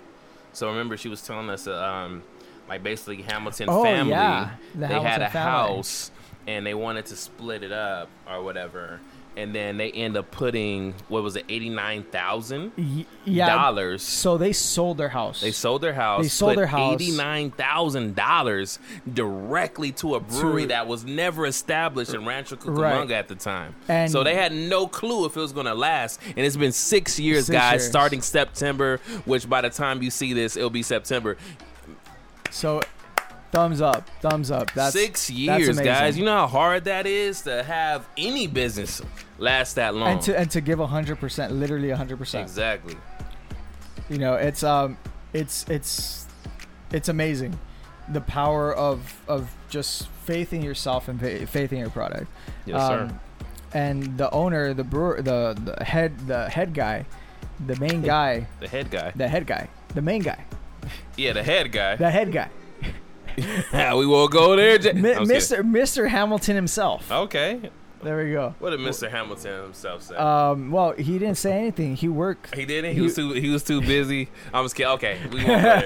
B: So remember, she was telling us uh, um, like basically Hamilton
A: Oh,
B: family.
A: yeah, the
B: they had
A: Hamilton
B: a
A: family.
B: house and they wanted to split it up or whatever, and then they end up putting what was it, eighty nine thousand
A: Y- yeah
B: dollars.
A: so they sold their house
B: They sold their house.
A: They sold
B: put
A: their house.
B: Eighty-nine thousand dollars directly to a brewery that was never established in Rancho Cucamonga
A: Right.
B: at the time.
A: And-
B: so they had no clue if it was going to last. And it's been six years,
A: Six
B: guys.
A: years.
B: Starting September, which by the time you see this, it'll be September.
A: so thumbs up thumbs up that's
B: six
A: that's
B: years,
A: amazing.
B: guys. You know how hard that is to have any business last that long.
A: and to and to give 100% literally 100%
B: exactly.
A: you know it's um it's it's it's amazing the power of of just faith in yourself and fa- faith in your product
B: Yes, sir.
A: Um, and the owner, the brewer, the, the head, the head guy, the main guy,
B: The head guy.
A: the head guy, the main guy,
B: Yeah, the head guy.
A: the head guy,
B: we won't go there. J-
A: Mi-
B: I'm just kidding.
A: Mr. Mr. Hamilton himself.
B: Oh. Okay.
A: There we go.
B: What did Mr. Hamilton himself say?
A: Um, well, he didn't say anything. He worked.
B: he didn't. He was too. He was too busy. I'm just kidding. Okay, we won't go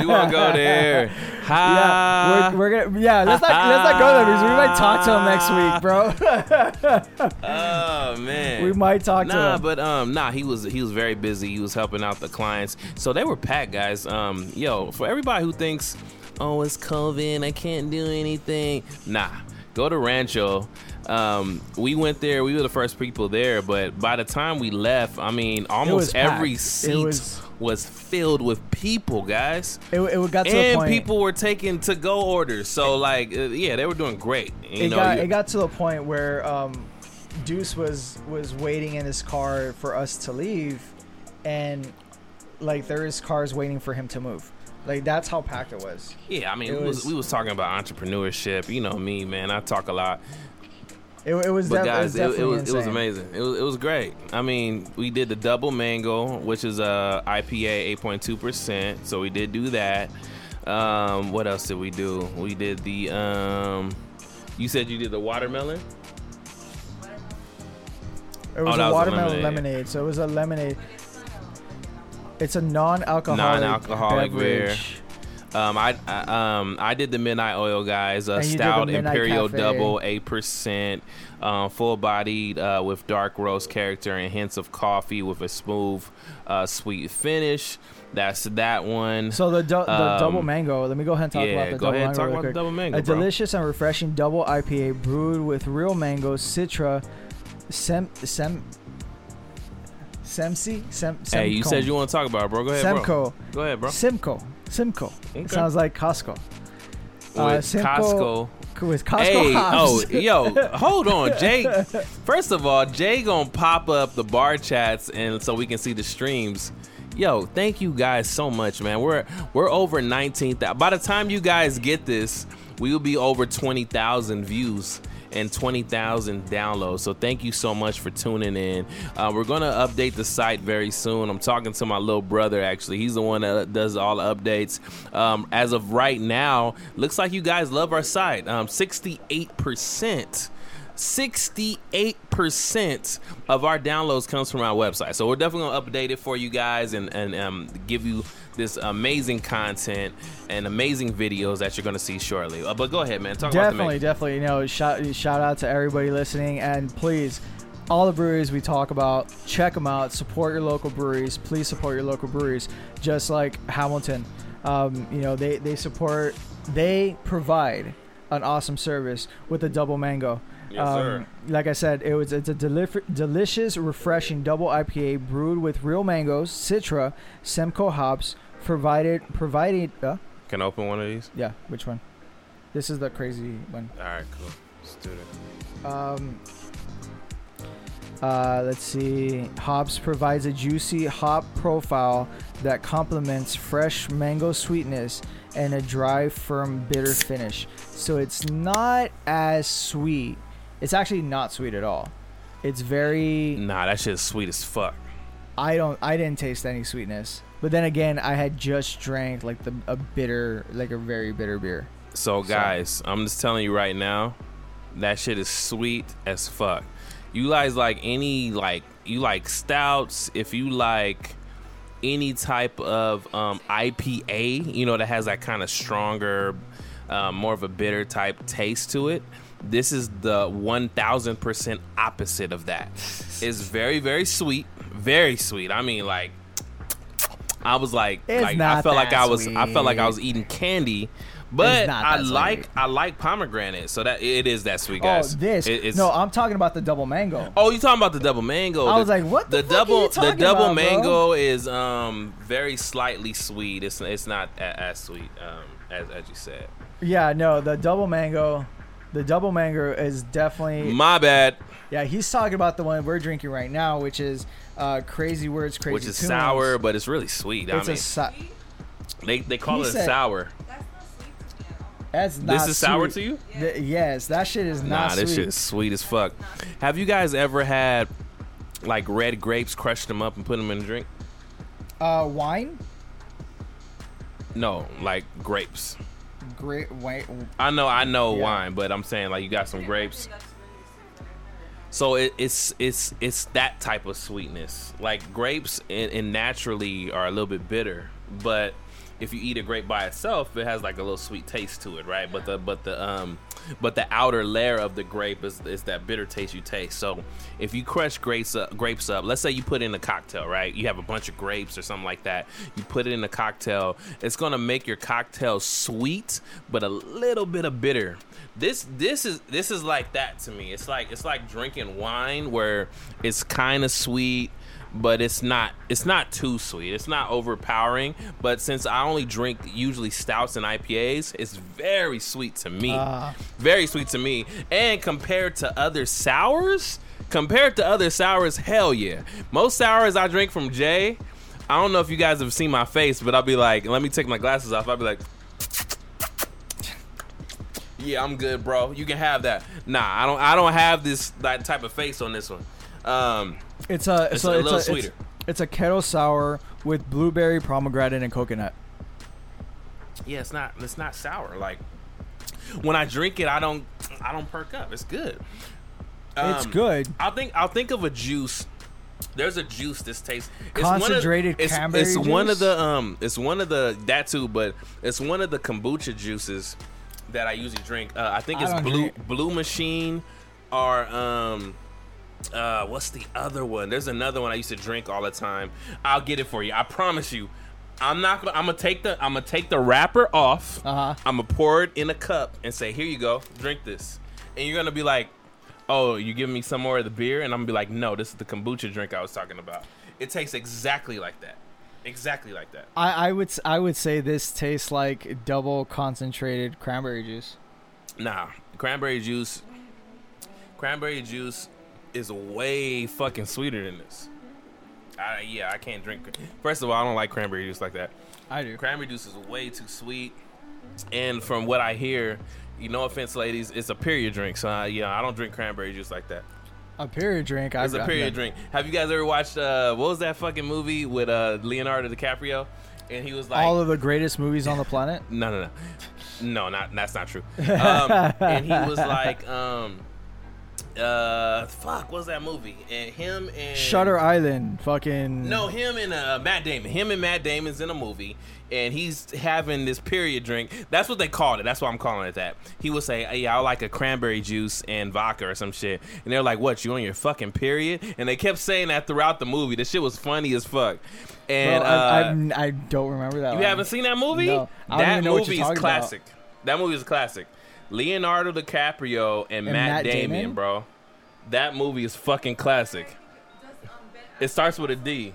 B: We won't go there.
A: Yeah,
B: Ha.
A: we're, we're gonna. Yeah, let's not let's not go there because we might talk to him next week, bro.
B: oh man.
A: we might talk
B: Nah,
A: to him.
B: but um, nah, he was he was very busy. He was helping out the clients, so they were packed, guys. Um, yo, for everybody who thinks, oh, it's COVID, I can't do anything. Nah, go to Rancho. Um, we went there. We were the first people there, but by the time we left, I mean,
A: was
B: almost every
A: packed. It
B: seat
A: was-
B: was... filled with people, guys,
A: it, it got to the
B: and
A: point.
B: people were taking to go orders. So like, uh, yeah, they were doing great. You
A: it
B: know,
A: got
B: you-
A: it got to the point where um, Deuce was was waiting in his car for us to leave, and like there is cars waiting for him to move. Like that's how packed it was.
B: Yeah, I mean,
A: It
B: we,
A: was-
B: was, we was talking about entrepreneurship. You know me, man. I talk a lot,
A: It, it was.
B: but
A: def-
B: guys,
A: it was,
B: it, it was it was
A: definitely insane.
B: amazing. It was it was great. I mean, we did the double mango, which is a IPA, eight point two percent. So we did do that. Um, what else did we do? We did the. Um, you said you did the watermelon.
A: It was
B: Oh, that was
A: a
B: a
A: watermelon lemonade.
B: lemonade.
A: so it was a lemonade. It's a non-alcoholic,
B: Non-alcoholic beer.
A: beverage.
B: Um, I, I um I did the midnight oil guys, uh,
A: And you did the
B: stout
A: Midnight
B: imperial
A: Cafe.
B: double eight percent, um, full bodied uh, with dark roast character and hints of coffee with a smooth, uh, sweet finish. That's that one.
A: So the, du- the
B: Um,
A: double mango. Let me go ahead and talk
B: yeah,
A: about the
B: go
A: double
B: ahead and
A: mango.
B: talk
A: real
B: about the
A: quick.
B: double mango,
A: A
B: bro.
A: delicious and refreshing double IPA brewed with real mango, citra, sem sem semci sem semco.
B: hey, you said you want to talk about, it, bro. Go ahead, bro.
A: semco
B: Go ahead, bro.
A: simco simco.
B: Okay.
A: It sounds like Costco
B: With
A: uh, Simcoe-
B: Costco.
A: with Costco
B: Hey,
A: hops.
B: oh, yo, hold on, Jay. First of all, Jay gonna pop up the bar chats and so we can see the streams. Yo, thank you guys so much, man. We're we're over nineteen thousand. By the time you guys get this, we will be over twenty thousand views and twenty thousand downloads. So thank you so much for tuning in. Uh, we're gonna update the site very soon. I'm talking to my little brother actually. He's the one that does all the updates. Um, as of right now, looks like you guys love our site. Um, 68%. 68% of our downloads comes from our website. So we're definitely going to update it for you guys and, and um, give you this amazing content and amazing videos that you're going to see shortly. Uh, but go ahead, man. Talk
A: definitely,
B: about
A: definitely. You know, shout shout out to everybody listening, and please, all the breweries we talk about, check them out. Support your local breweries. Please support your local breweries, just like Hamilton. Um, you know, they they support, they provide an awesome service with the double mango.
B: Yes,
A: Um,
B: sir.
A: Like I said, it was it's a delif- delicious, refreshing double IPA brewed with real mangoes, citra, Semco hops, provided provided. Uh,
B: the Can I open one of these?
A: yeah, which one? This is the crazy one.
B: All right, cool. Let's do that.
A: Um, uh, let's see. Hops provides a juicy hop profile that complements fresh mango sweetness and a dry, firm, bitter finish. So it's not as sweet. It's actually not sweet at all. It's very.
B: Nah, that shit's sweet as fuck.
A: I don't. I didn't taste any sweetness. But then again, I had just drank like the a bitter, like a very bitter beer.
B: So guys, I'm just telling you right now, that shit is sweet as fuck. You guys like any like you like stouts, if you like any type of um, IPA, you know, that has that kind of stronger, um, more of a bitter type taste to it. This is the 1000% opposite of that. It's very, very sweet. Very sweet. I mean, like, I was like,
A: It's
B: like I
A: not
B: felt like
A: that
B: I was, I felt like I
A: sweet.
B: was eating candy. But
A: not
B: I
A: that
B: like
A: sweet.
B: I like pomegranate, so that it is that sweet, guys.
A: oh, this.
B: It- it's,
A: no, I'm talking about the double mango.
B: Oh, you talking about the double mango?
A: I
B: The-
A: was like, what the fuck are
B: double
A: you talking
B: the double
A: about, bro?
B: mango is um very slightly sweet. It's it's not a- as sweet um as, as you said.
A: Yeah, no, the double mango, the double mango is definitely.
B: My bad,
A: Yeah, he's talking about the one we're drinking right now, which is uh, crazy words, crazy.
B: which is
A: Tunes.
B: sour, but it's really sweet.
A: It's
B: I
A: a
B: mean,
A: si-
B: they they call
A: he
B: it
A: said-
B: sour.
D: That's
A: That's
D: not sweet to me at all.
A: not
B: This is sour
A: sweet.
B: to you?
A: Th- yes, that shit is
B: Nah,
A: not sweet.
B: this shit is sweet as fuck. Have you guys ever had like red grapes, crushed them up and put them in a drink?
A: Uh, wine,
B: No, like grapes.
A: great white.
B: I know, I know
A: Yeah.
B: wine, but I'm saying like you got some grapes. So it, it's it's it's that type of sweetness. Like grapes and, and naturally are a little bit bitter, but if you eat a grape by itself, it has like a little sweet taste to it, right? But the but the um but the outer layer of the grape is, is that bitter taste you taste. So if you crush grapes up, grapes up, let's say you put it in a cocktail, right? You have a bunch of grapes or something like that. You put it in a cocktail. It's gonna make your cocktail sweet, but a little bit of bitter. This this is this is like that to me. It's like it's like drinking wine where it's kind of sweet, but it's not it's not too sweet. It's not overpowering. But since I only drink usually stouts and IPAs, it's very sweet to me. Very sweet to me. And compared to other sours, compared to other sours, hell yeah. Most sours I drink from Jay, I don't know if you guys have seen my face, but I'll be like, let me take my glasses off. I'll be like, yeah, I'm good, bro. You can have that. Nah, I don't. I don't have this that type of face on this one. Um,
A: It's a
B: It's
A: so
B: a
A: it's
B: little
A: it's-
B: sweeter.
A: It's, a kettle sour with blueberry, pomegranate, and coconut.
B: yeah, it's not it's not sour. Like when I drink it, I don't I don't perk up. It's good.
A: it's
B: Um,
A: good.
B: I'll think I'll think of a juice. There's a juice this tastes it's
A: Concentrated
B: One of, it's
A: cranberry
B: it's one of
A: juice?
B: the um it's one of the that too, but it's one of the kombucha juices that I usually drink. Uh, I think
A: I
B: it's
A: don't
B: blue
A: drink-
B: blue machine or um uh what's the other one? There's another one I used to drink all the time. I'll get it for you. I promise you. I'm not gonna I'm gonna take the I'm gonna take the wrapper off.
A: Uh-huh.
B: I'm gonna pour it in a cup and say, "Here you go, drink this." And you're gonna be like, "Oh, you giving me some more of the beer?" And I'm gonna be like, "No, this is the kombucha drink I was talking about. It tastes exactly like that, exactly like that."
A: I, I would s- I would say this tastes like double concentrated cranberry juice.
B: Nah, cranberry juice, cranberry juice is way fucking sweeter than this. I, yeah, I can't drink. First of all, I don't like cranberry juice like that.
A: I do.
B: Cranberry juice is way too sweet. And from what I hear, you no offense, ladies, it's a period drink. So I, yeah, I don't drink cranberry juice like that.
A: A period drink. I-
B: It's a
A: I-
B: period drink. Have you guys ever watched uh what was that fucking movie with uh Leonardo DiCaprio? And he was like
A: All of the greatest movies on the planet.
B: No no no. No, not that's not true. Um, and he was like, um uh fuck, what was that movie? And him and
A: Shutter Island. Fucking.
B: no, him and uh, Matt Damon. Him and Matt Damon's in a movie, and he's having this period drink. That's what they called it. That's why I'm calling it that. He would say, "Hey, I like a cranberry juice and vodka or some shit," and they're like, "What? You on your fucking period?" And they kept saying that throughout the movie. The shit was funny as fuck.
A: Bro,
B: And uh,
A: I, I'm- I don't remember that.
B: you
A: one.
B: haven't seen that movie?
A: Um, No. I don't
B: that
A: even know what you're
B: movie
A: talking
B: is
A: about.
B: classic. That movie is classic. Leonardo DiCaprio and,
A: Matt
B: Matt, Damon,
A: Damon?
B: bro. That movie is fucking classic. It starts with a D.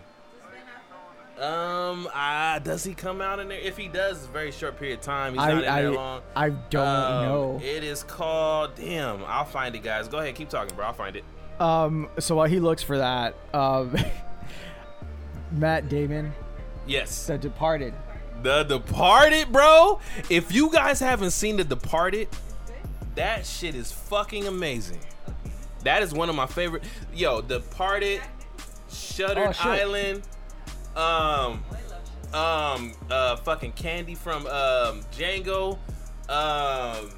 B: Um, I, does he come out in there? If he does, it's a very short period of time. He's not in
A: I
B: there
A: I,
B: long.
A: I don't
B: Um,
A: know.
B: It is called. Damn, I'll find it, guys. Go ahead, keep talking, bro. I'll find it.
A: Um. So while he looks for that, um, Matt Damon,
B: Yes.
A: The Departed.
B: The Departed, bro. If you guys haven't seen The Departed, that shit is fucking amazing. That is one of my favorite. Yo, Departed, Shuttered
A: Oh, shit.
B: Island, um, um, uh, fucking Candy from um Django, um.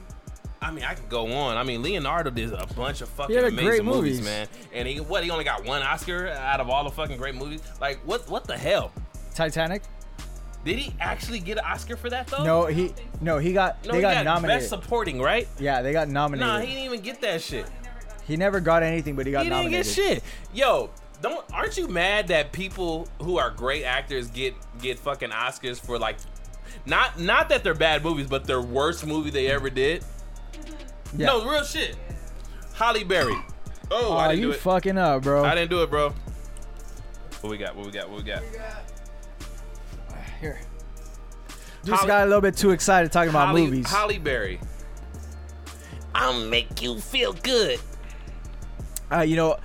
B: I mean, I could go on. I mean, Leonardo did a bunch of fucking
A: had a
B: amazing
A: great
B: movies,
A: movies.
B: man. And he what? He only got one Oscar out of all the fucking great movies. Like, what? What the hell?
A: Titanic.
B: Did he actually get an Oscar for that though?
A: No, he no he got
B: No,
A: they
B: he
A: got,
B: got
A: nominated.
B: best supporting, right?
A: yeah, they got nominated.
B: Nah, he
A: he,
B: didn't even get that shit.
A: never got anything, but he got
B: He didn't
A: nominated.
B: get shit. Yo, don't aren't you mad that people who are great actors get get fucking Oscars for like not not that they're bad movies, but their worst movie they ever did?
A: Yeah.
B: No, real shit. Holly Berry. Oh,
A: Oh,
B: I didn't
A: you
B: do it.
A: fucking up, bro.
B: I didn't do it, bro. What we got? What we got? What we got?
A: Here. Just
B: Holly-
A: got a little bit too excited talking about
B: Holly,
A: movies.
B: Holly Berry. I'll make you feel good.
A: Uh, you know,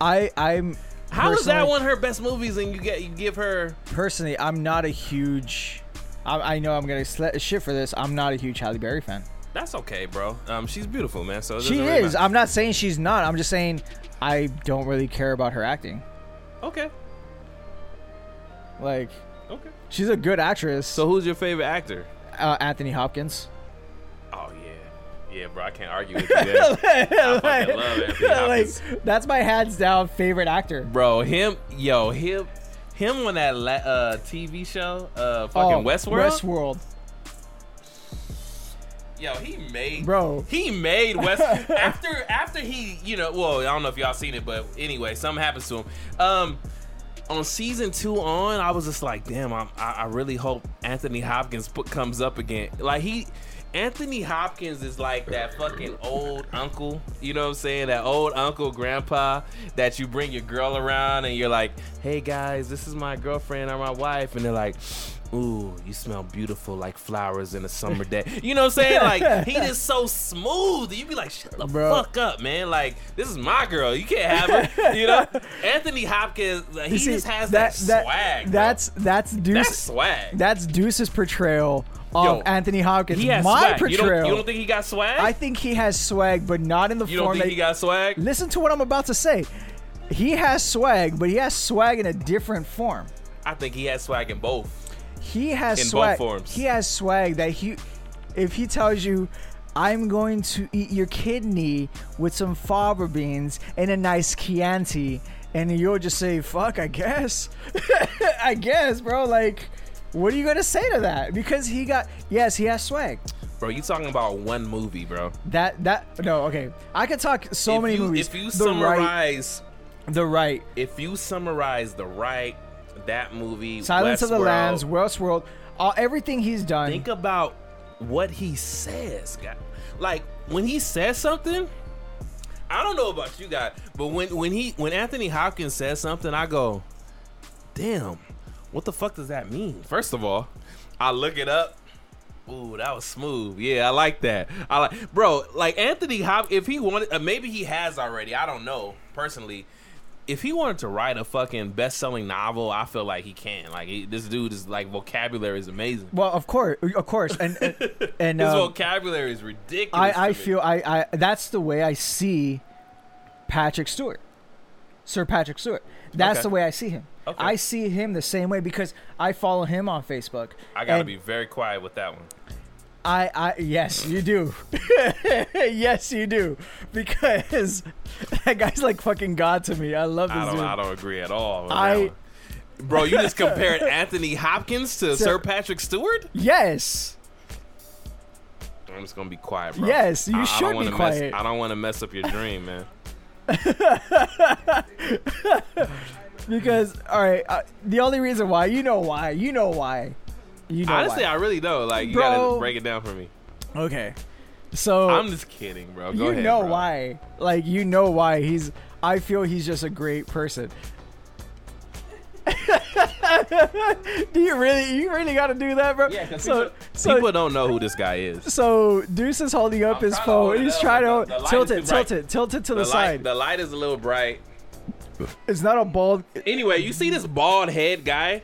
A: I I'm
B: How is that
A: personally-
B: one of her best movies and you get you give her
A: Personally, I'm not a huge. I, I know I'm gonna sl- shit for this. I'm not a huge Halle Berry fan.
B: That's okay, bro. Um, she's beautiful, man. So it
A: She
B: doesn't really
A: is.
B: matter.
A: I'm not saying she's not. I'm just saying I don't really care about her acting.
B: okay.
A: Like
B: Okay.
A: she's a good actress.
B: So who's your favorite actor?
A: uh, Anthony Hopkins.
B: Oh yeah, yeah, bro. I can't argue with you, there. I fucking love Anthony Hopkins.
A: Like, that's my hands down favorite actor.
B: bro. Him, yo, him, him on that la- uh, TV show, uh, fucking Westworld.
A: Oh, Westworld.
B: Yo, he made
A: Bro.
B: He made West after after he you know well I don't know if y'all seen it but anyway something happens to him. Um, on season two on I was just like damn I'm, I I really hope Anthony Hopkins put, comes up again like he. Anthony Hopkins is like that fucking old uncle, you know what I'm saying? That old uncle, grandpa, that you bring your girl around and you're like, hey guys, this is my girlfriend or my wife. And they're like, ooh, you smell beautiful like flowers in a summer day. You know what I'm saying? Like, he just so smooth. You be like, shut the
A: Bro.
B: fuck up, man. Like, this is my girl. You can't have her. You know? Anthony Hopkins, like, he
A: You see,
B: just has
A: that-
B: that,
A: that-
B: swag. bro.
A: That's that's Deuce.
B: that's swag.
A: that's Deuce's portrayal of
B: Yo,
A: Anthony Hopkins.
B: he has
A: my
B: swag. You
A: portrayal.
B: don't, you don't think he got swag?
A: I think he has swag, but not in the
B: you don't
A: form
B: think
A: that.
B: he got swag?
A: Listen to what I'm about to say. He has swag, but he has swag in a different form.
B: I think he has swag in both.
A: He has
B: In both
A: swag.
B: forms.
A: He has swag that he, if he tells you, I'm going to eat your kidney with some fava beans and a nice Chianti, and you'll just say, "Fuck, I guess, I guess, bro." Like, what are you gonna say to that? Because he got yes, he has swag.
B: Bro, you talking about one movie, bro.
A: That that no, okay. I could talk so
B: if
A: many
B: you,
A: movies.
B: If you
A: the right,
B: summarize
A: the right,
B: if you summarize the right that movie
A: Silence of the
B: Westworld,
A: Lambs, Westworld, all, everything he's done.
B: think about what he says guy like when he says something i don't know about you guys but when when he when anthony hopkins says something i go damn what the fuck does that mean first of all i look it up Ooh, that was smooth. Yeah, I like that. I like, bro. Like Anthony Hop, if he wanted, uh, maybe he has already. I don't know personally. If he wanted to write a fucking best-selling novel, I feel like he can. Like he, this dude is like vocabulary is amazing.
A: well, of course, of course, and and, and
B: His
A: um,
B: vocabulary is ridiculous.
A: I, I
B: to me.
A: feel I, I that's the way I see Patrick Stewart, Sir Patrick Stewart. That's
B: Okay.
A: the way I see him.
B: Okay.
A: I see him the same way because I follow him on Facebook.
B: I gotta
A: and
B: be very quiet with that one.
A: I, I yes, you do. yes, you do. Because that guy's like fucking god to me. I love this
B: I don't.
A: dude.
B: I don't agree at all. with that
A: I-
B: one. Bro, you just compared Anthony Hopkins to Sir Patrick Stewart.
A: Yes.
B: I'm just gonna be quiet, bro.
A: Yes, you
B: I- I,
A: should
B: don't
A: be
B: wanna mess-
A: quiet.
B: I don't want to mess up your dream, man.
A: Because all right, uh, the only reason why you know why you know why you know
B: Honestly,
A: why.
B: I really don't. Like, you
A: Bro.
B: gotta break it down for me.
A: okay. So
B: I'm just kidding, bro. Go
A: you
B: ahead,
A: know
B: bro.
A: why. Like you know why he's. I feel he's just a great person. do you really? You really got to do that, bro?
B: Yeah, 'cause
A: so
B: people,
A: so
B: people don't know who this guy is.
A: so Deuce is holding up
B: I'm
A: his
B: trying to hold
A: phone.
B: it
A: He's
B: up,
A: trying
B: but
A: to
B: the- the light
A: tilt
B: is
A: it,
B: too
A: tilt
B: bright.
A: it, tilt it to the,
B: The
A: side.
B: light, the light is a little bright.
A: it's not a bald.
B: Anyway, you see this bald head guy?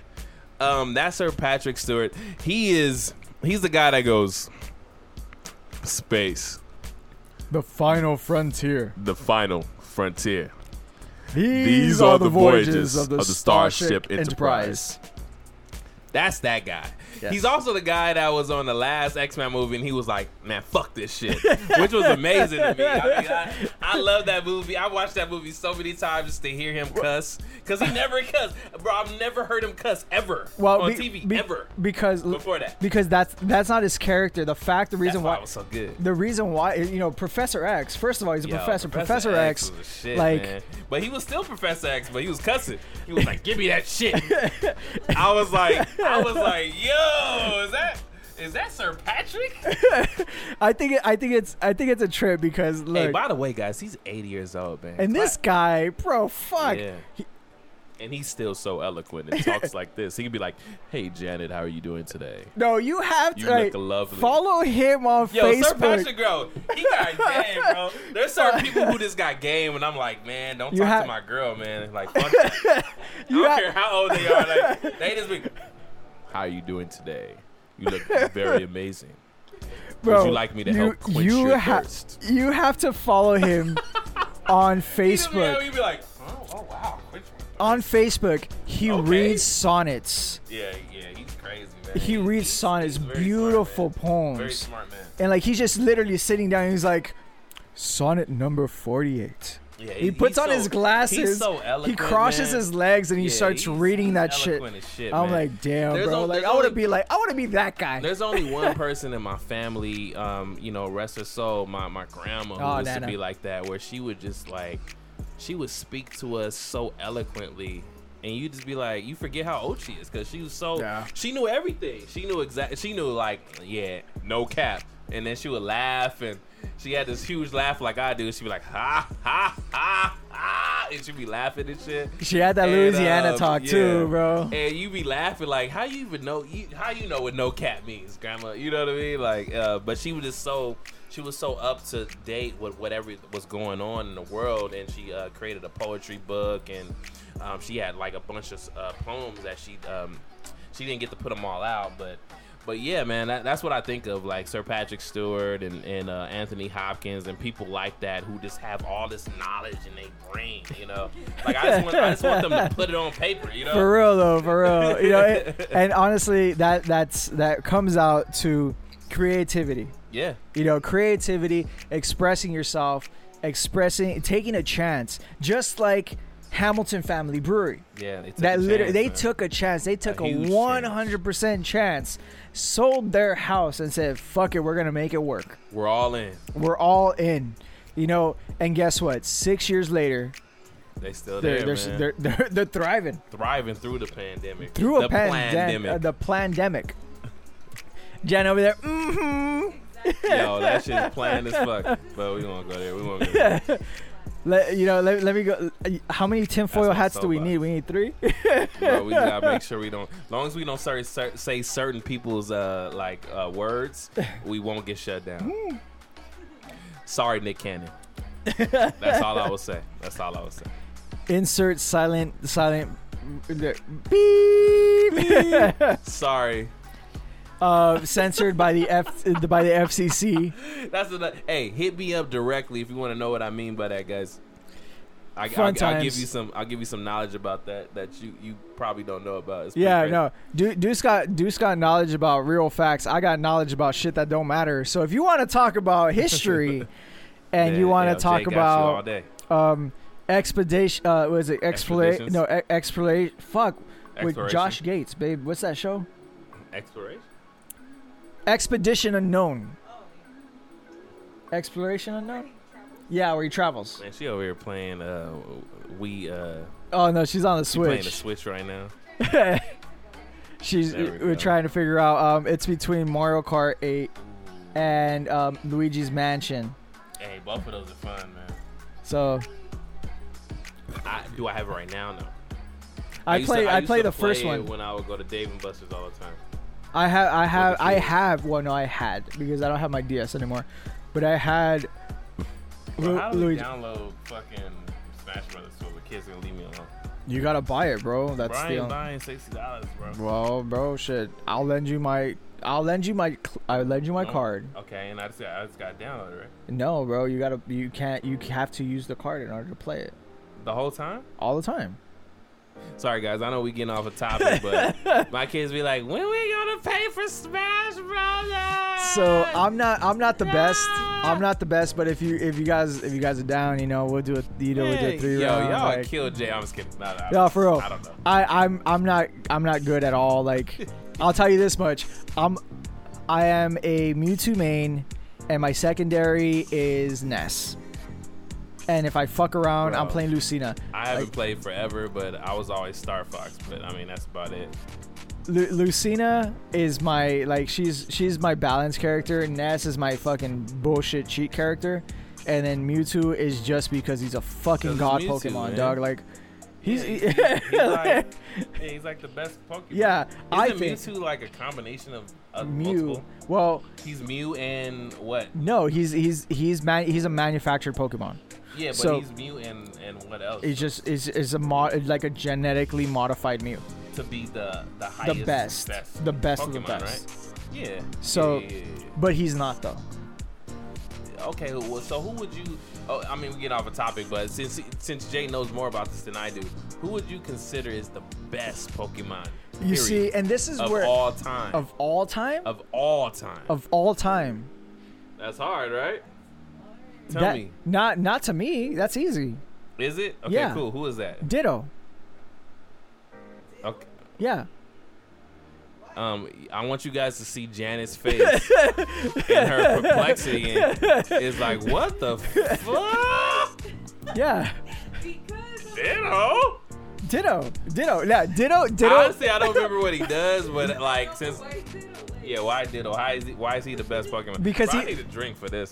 B: Um, that's Sir Patrick Stewart. He is. He's the guy that goes space,
A: The final frontier.
B: the final frontier.
A: These,
B: These
A: are,
B: are
A: the
B: the
A: voyages,
B: voyages
A: of the,
B: of the
A: Starship,
B: Starship
A: Enterprise.
B: Enterprise. That's that guy.
A: Yes.
B: He's also the guy that was on the last X Men movie, and he was like, "Man, fuck this shit," which was amazing to me. I, mean, I, I love that movie. I watched that movie so many times just to hear him cuss, because he never cuss, bro. I've never heard him cuss ever
A: Well,
B: on
A: be-
B: TV
A: be-
B: ever.
A: because
B: Before that.
A: because that's that's not his character. The fact, the
B: That's
A: reason
B: why
A: why,
B: it was so good.
A: the reason why you know Professor X. First of all, he's a
B: Yo,
A: professor. Professor, X,
B: was a shit,
A: like
B: man. but he was still Professor X, but he was cussing. He was like, "Give me that shit." I was like, I was like, "Yo, is that is that Sir Patrick?"
A: I think it, I think it's I think it's a trip because look,
B: hey, by the way, guys, he's 80 years old, man,
A: and this guy, bro, fuck,
B: Yeah.
A: he-
B: and he's still so eloquent and talks like this. He could be like, "Hey, Janet, how are you doing today?"
A: no, you have to
B: You look
A: like,
B: lovely.
A: follow him on
B: Yo, Sir
A: Facebook.
B: Patrick, bro, he got game, bro. There's certain people who just got game, and I'm like, man, don't
A: You
B: talk
A: ha-
B: to my girl, man. Like, fuck that. I
A: You
B: don't
A: ha-
B: care how old they are. Like, they just be. How you doing today? You look very amazing. Would you like me to help quench
A: you
B: your
A: ha-
B: thirst?
A: You have Facebook. You have to follow him on Facebook.
B: You'd be like, oh, oh wow, quench my thirst.
A: On Facebook, he
B: Okay.
A: reads sonnets.
B: Yeah, yeah, he's crazy, man.
A: He reads sonnets,
B: he's a very
A: beautiful
B: smart man. Very
A: poems.
B: smart man.
A: And like he's just literally sitting down and he's like, sonnet number 48.
B: Yeah,
A: He puts
B: he's
A: on
B: so-
A: his glasses.
B: He's so
A: he
B: eloquent.
A: crosses
B: man.
A: his legs and he
B: Yeah,
A: starts
B: he's
A: reading that shit.
B: eloquent as shit,
A: I'm
B: man.
A: like, damn,
B: There's
A: bro.
B: al-
A: like,
B: there's
A: I want to
B: only-
A: be like, I want to be that guy.
B: There's only one person in my family, um, you know, rest her soul, my, my grandma, who
A: Oh,
B: used
A: Nana.
B: to be like that, where she would just like, she would speak to us so eloquently. And you just be like, you forget how old she is because she was so,
A: Yeah.
B: she knew everything. She knew exactly, she knew like, yeah, no cap. And then she would laugh and she had this huge laugh like I do. She'd be like, ha, ha, ha, ha. And she'd be laughing and shit.
A: She had that
B: And,
A: Louisiana
B: um,
A: talk
B: yeah.
A: too, bro.
B: And you be laughing like, how you even know? You, how you know what no cap means, grandma? You know what I mean? Like, uh, but she was just so she was so up to date with whatever was going on in the world, and she uh, created a poetry book, and um, she had like a bunch of uh, poems that she um, she didn't get to put them all out, but. But yeah, man, that, that's what I think of, like Sir Patrick Stewart and, and uh, Anthony Hopkins and people like that who just have all this knowledge in their brain, you know. Like I just want, I just want them to put it on paper, you know.
A: For real though, for real. You know, it, and honestly, that that's that comes out to creativity.
B: Yeah.
A: You know, creativity, expressing yourself, expressing, taking a chance, just like Hamilton Family Brewery.
B: Yeah, they took
A: that
B: a
A: literally
B: chance,
A: they
B: man.
A: took a chance. They took a,
B: huge chance.
A: 100% chance. sold their house and said, "Fuck it, we're going to make it work.
B: We're all in.
A: We're all in." You know, and guess what? 6 years later,
B: They still
A: they're
B: there,
A: they're,
B: man.
A: they're, they're, they're thriving
B: thriving through the pandemic.
A: through a
B: the
A: pandemic.
B: pandemic.
A: Uh, the pandemic. Jen over there. Mm-hmm.
B: Yo, that shit's planned as fuck. But we won't go there. We won't go there.
A: Let, you know, let, let me go. uh, How many tinfoil
B: That's my
A: hats do we
B: soapbox.
A: need? We need three.
B: But we gotta make sure we don't. long as we don't cer- cer- say certain people's uh like uh words, we won't get shut down. Sorry, Nick Cannon. That's all I would say. That's all I would say.
A: Insert silent, silent. mm, Beep.
B: Sorry.
A: uh, censored by the F by the FCC.
B: That's another. Hey, hit me up directly if you want to know what I mean by that, guys. I,
A: Fun
B: I, will give
A: times.
B: you some. I'll give you some knowledge about that that you you probably don't know about. It's pretty
A: Yeah,
B: crazy.
A: no. Du- Deuce got Deuce got knowledge about real facts. I got knowledge about shit that don't matter. So if you want to talk about history, and you
B: Yeah,
A: want to
B: LJ
A: talk
B: got you all
A: about
B: day.
A: um expedition, uh, was it exploit?
B: Expeditions?
A: No, e- exploit. Fuck with
B: Exploration.
A: Josh Gates, babe. What's that show?
B: exploration.
A: Expedition Unknown. Exploration Unknown. Yeah, where he travels.
B: Man, she over here playing. Uh, we uh,
A: Oh no, she's on the
B: she playing
A: Switch.
B: the switch right now.
A: She's
B: There we
A: we're
B: go.
A: trying to figure out. Um, it's between Mario Kart 8 and um, Luigi's Mansion.
B: Hey, both of those are fun, man.
A: So
B: I, do I have it right now? No.
A: I,
B: used
A: play.
B: to-
A: I,
B: used
A: play
B: to
A: the first
B: play it
A: one.
B: when I would go to Dave and Buster's all the time.
A: I have. I have. I
B: controller.
A: have. Well, no, I had because I don't have my DS anymore. But I had.
B: Bro,
A: Lu-
B: how do we
A: Luigi,
B: download fucking Smash Brothers so the kids gonna leave me alone?
A: you gotta buy it, bro. That's the
B: Brian
A: only.
B: buying sixty dollars, bro.
A: Well, bro, shit. I'll lend you my. I'll lend you my. cl- I'll lend you my
B: Oh,
A: card.
B: Okay, and I just, I just got downloaded, right?
A: No, bro, you gotta. You can't. You have to use the card in order to play it
B: The whole time?
A: all the time.
B: Sorry, guys, I know we getting off a topic, but my kids be like, when we gonna pay for Smash Brothers?
A: So I'm not I'm not the best. I'm not the best, but if you if you guys if you guys are down, you know, we'll do it. You know, we'll do a three
B: Yo,
A: rounds.
B: y'all
A: like-
B: kill Jay. I'm just kidding. No, no,
A: No, for real.
B: I don't know.
A: I, I'm I'm not I'm not good at all. Like I'll tell you this much. I'm I am a Mewtwo main and my secondary is Ness. And if I fuck around, I'm
B: Bro.
A: playing Lucina.
B: I haven't played forever, but I was always Star Fox. But I mean, that's about it.
A: Lu- Lucina is my like she's she's my balance character. Ness is my fucking bullshit cheat character, and then Mewtwo is just because he's a fucking god
B: Because it's Mewtwo, eh?
A: Pokemon
B: man.
A: dog. Like he's
B: He's like, yeah, he's like the best Pokemon.
A: Yeah,
B: Isn't
A: I think-
B: Mewtwo like a combination of uh,
A: Mew.
B: multiple?
A: Well,
B: He's Mew and what?
A: no, he's he's he's man he's a manufactured Pokemon.
B: Yeah, but
A: So-
B: he's Mew and and what else?
A: It's just is is a mod like a genetically modified Mew.
B: to be the the highest,
A: The best, the best of the
B: Pokemon,
A: best.
B: right? Yeah.
A: So-
B: Yeah, yeah, yeah.
A: But he's not though.
B: okay, who- well, so who would you? Oh, I mean, we get off a topic, but since since Jay knows more about this than I do, who would you consider is the best Pokemon?
A: You
B: period,
A: see, and this is
B: of
A: where
B: all time, of,
A: of all time
B: all time,
A: of all time.
B: that's hard, right? Tell
A: that,
B: me,
A: Not not to me. That's easy.
B: is it? Okay,
A: Yeah.
B: cool. Who is that?
A: Ditto.
B: Okay.
A: Yeah.
B: Um, I want you guys to see Janet's face and her perplexity. And it's like, what the fuck?
A: Yeah.
D: Because of
B: Ditto?
A: Ditto. Ditto. Yeah. Ditto. Ditto.
B: Honestly, I don't remember what he does, but like, since
D: Why did it like-
B: Yeah, why Ditto? Why is he, why is he the best Pokemon?
A: Because
B: Bro,
A: he-
B: I need a drink for this.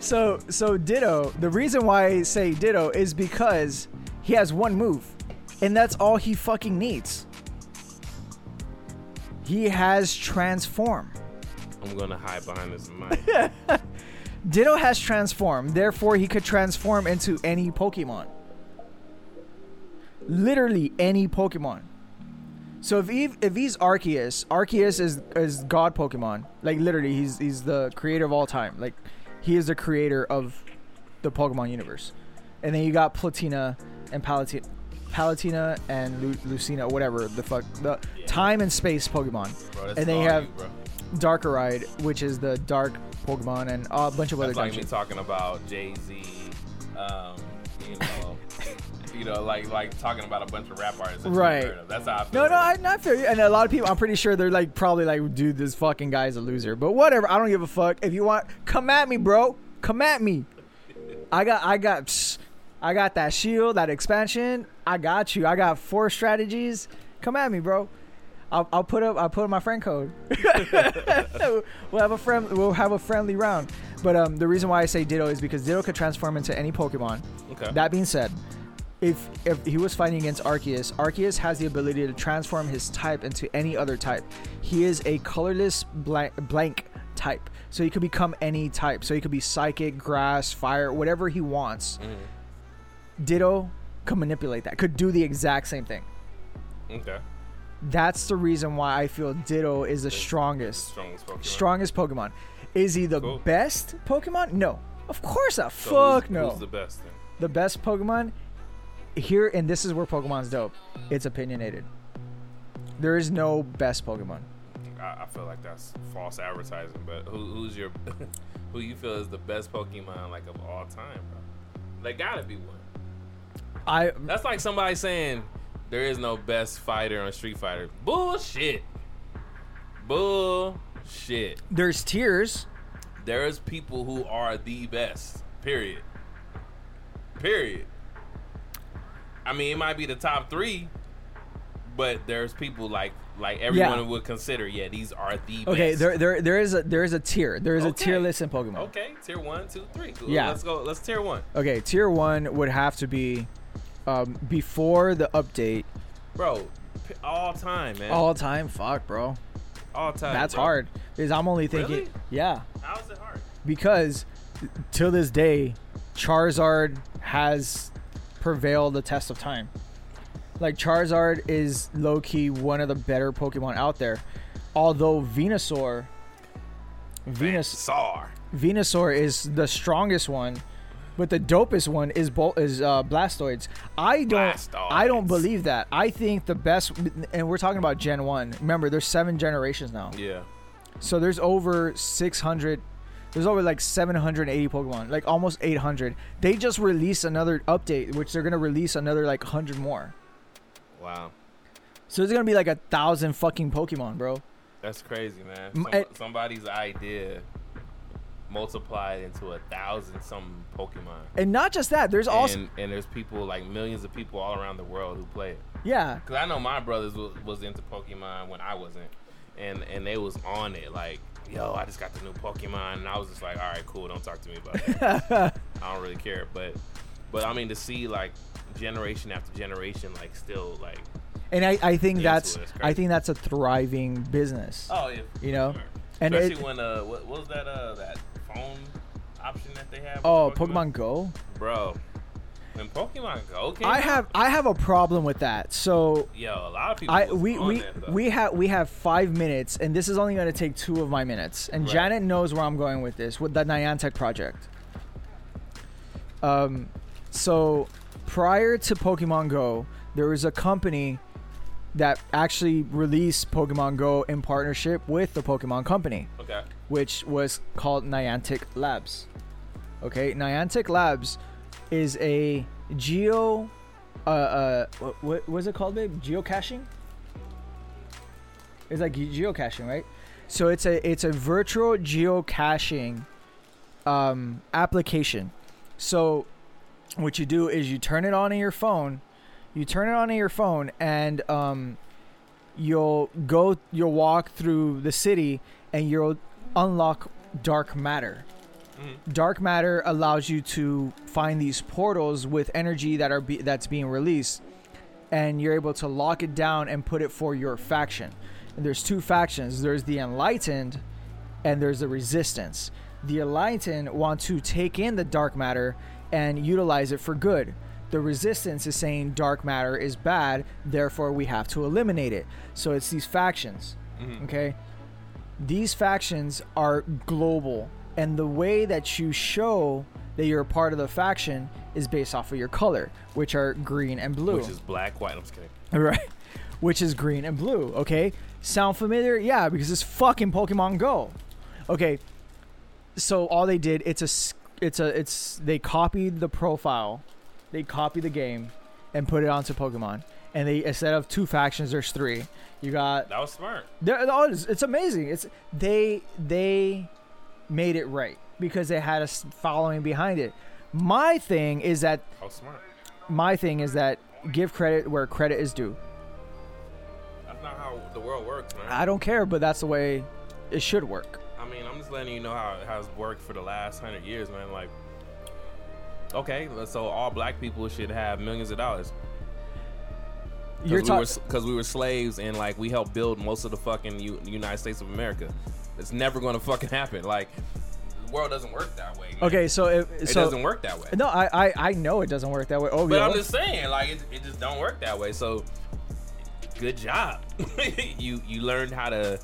A: So so Ditto. The reason why I say Ditto is because he has one move, and that's all he fucking needs. He has transform.
B: I'm gonna hide behind this mic.
A: Ditto has transform. Therefore, he could transform into any Pokemon. Literally any Pokemon. So if he, if he's Arceus, Arceus is is God Pokemon. Like literally, he's he's the creator of all time. Like he is the creator of the Pokemon universe. And then you got Platina and Palati- Palatina and Lu- Lucina, whatever the fuck, the time and space Pokemon.
B: Bro, that's
A: and then you
B: all
A: have
B: bro.
A: Darkeride, which is the dark Pokemon, and a bunch of other
B: That's like
A: dumb
B: me
A: shit.
B: talking about Jay Z. Um, you know, you know, like like talking about a bunch of rap artists. that you
A: Right.
B: heard of. That's how I feel.
A: No, no, I not fair. And a lot of people, I'm pretty sure they're like probably like, dude, this fucking guy's a loser. But whatever, I don't give a fuck. If you want, come at me, bro. Come at me. I got, I got, psh, I got that shield, that expansion. I got you. I got four strategies. Come at me, bro. I'll, I'll put up, I'll put up my friend code. we'll have a friend, we'll have a friendly round. But um, the reason why I say Ditto is because Ditto could transform into any Pokemon.
B: Okay.
A: That being said, if if he was fighting against Arceus, Arceus has the ability to transform his type into any other type. He is a colorless blank, blank type, so he could become any type. So he could be psychic, grass, fire, whatever he wants.
B: Mm-hmm.
A: Ditto could manipulate that. Could do the exact same thing.
B: okay.
A: That's the reason why I feel Ditto is the strongest,
B: Strongest Pokemon.
A: strongest Pokemon. Is he the
B: Cool.
A: best Pokemon? No. Of course not.
B: So
A: Fuck
B: who's,
A: no
B: Who's the best then?
A: the best Pokemon here, and this is where Pokemon's dope. It's opinionated. There is no best Pokemon.
B: I, I feel like that's false advertising, but who, who's your who you feel is the best Pokemon like of all time, bro? There gotta be one.
A: I
B: That's like somebody saying there is no best fighter on Street Fighter. Bullshit. Bullshit.
A: there's tiers.
B: There is people who are the best. Period. Period. I mean, it might be the top three, but there's people like like everyone
A: Yeah.
B: would consider. Yeah, these are the
A: Okay,
B: best.
A: there there there is a there is a tier. There is a tier
B: Okay.
A: list in Pokemon. Okay.
B: Okay, tier one, two, three. Cool.
A: Yeah.
B: Let's go. Let's tier one.
A: tier one would have to be um, before the update.
B: Bro, p- all time, man. All,
A: All time, fuck, bro.
B: time.
A: That's
B: bro.
A: hard. Because I'm only thinking,
B: Really?
A: yeah,
B: How is it hard?
A: because till this day, Charizard has prevailed the test of time. Like Charizard is low key one of the better Pokemon out there. Although Venusaur, Venus
B: Sar.
A: Venusaur is the strongest one, but the dopest one is Bol- is uh, Blastoids. I don't I don't
B: Blastoids.
A: believe that. I think the best, and we're talking about Gen One. Remember, there's seven generations now.
B: Yeah.
A: So there's over 600. There's over like 780 Pokemon, like almost 800. They just released another update, which they're gonna release another like 100 more.
B: Wow.
A: So there's gonna be like a thousand fucking Pokemon, bro.
B: That's crazy, man.
A: M-
B: Some,
A: it-
B: somebody's idea multiplied into a thousand some Pokemon.
A: And not just that, there's also
B: and, and there's people like millions of people all around the world who play it.
A: yeah,
B: Cause I know my brothers was, was into Pokemon when I wasn't, and and they was on it like, yo, I just got the new Pokemon, and I was just like, all right, cool, don't talk to me about that. I don't really care, but but I mean to see like generation after generation like still like,
A: and I, I think
B: Yeah,
A: that's
B: so that's
A: I
B: crazy.
A: think that's a thriving business.
B: oh yeah,
A: You know?
B: sure.
A: And
B: especially
A: it-
B: when uh, what, what was that uh that phone option that they have? with
A: oh, Pokemon Go.
B: bro. When Pokemon Go came
A: I
B: out,
A: have I have a problem with that. So
B: yo, a lot of people.
A: I
B: was
A: we
B: on
A: we
B: that, though.
A: we have we have five minutes, and this is only going to take two of my minutes. And
B: Right.
A: Janet knows where I'm going with this with the Niantic project. Um, so prior to Pokemon Go, there was a company that actually released Pokemon Go in partnership with the Pokemon Company
B: Okay.
A: which was called Niantic Labs. Okay, Niantic Labs is a geo. Uh, uh, what, what was it called, babe? Geocaching. It's like ge- geocaching, right? So it's a it's a virtual geocaching um, application. So what you do is you turn it on in your phone, you turn it on in your phone, and um, you'll go you'll walk through the city and you'll unlock dark matter dark matter allows you to find these portals with energy that are be- that's being released and you're able to lock it down and put it for your faction and there's two factions there's the enlightened and there's the resistance the enlightened want to take in the dark matter and utilize it for good the resistance is saying dark matter is bad therefore we have to eliminate it so it's these factions
B: Mm-hmm.
A: okay these factions are global and the way that you show that you're a part of the faction is based off of your color which are green and blue
B: Which is black, white. I'm just kidding.
A: right which is green and blue okay sound familiar yeah because it's fucking pokemon go okay so all they did it's a s- it's a it's they copied the profile they copied the game and put it onto pokemon and they instead of two factions there's three you got
B: That was smart.
A: they're, no, it's, it's amazing. It's they they made it right because they had a s- following behind it. My thing is that
B: That was smart.
A: my thing is that give credit where credit is due.
B: That's not how the world works, man.
A: I don't care, but that's the way it should work.
B: I mean, I'm just letting you know how it has worked for the last hundred years, man. Like, okay, so all black people should have millions of dollars
A: You're talking.
B: because we, were slaves and like we helped build most of the fucking U- United States of America. It's never gonna fucking happen. Like, the world doesn't work that way. man.
A: okay, so if,
B: it
A: so
B: doesn't work that way.
A: no, I, I I know it doesn't work that way. Oh,
B: But
A: yeah.
B: I'm just saying, like, it, it just don't work that way. So, good job. you you learned how to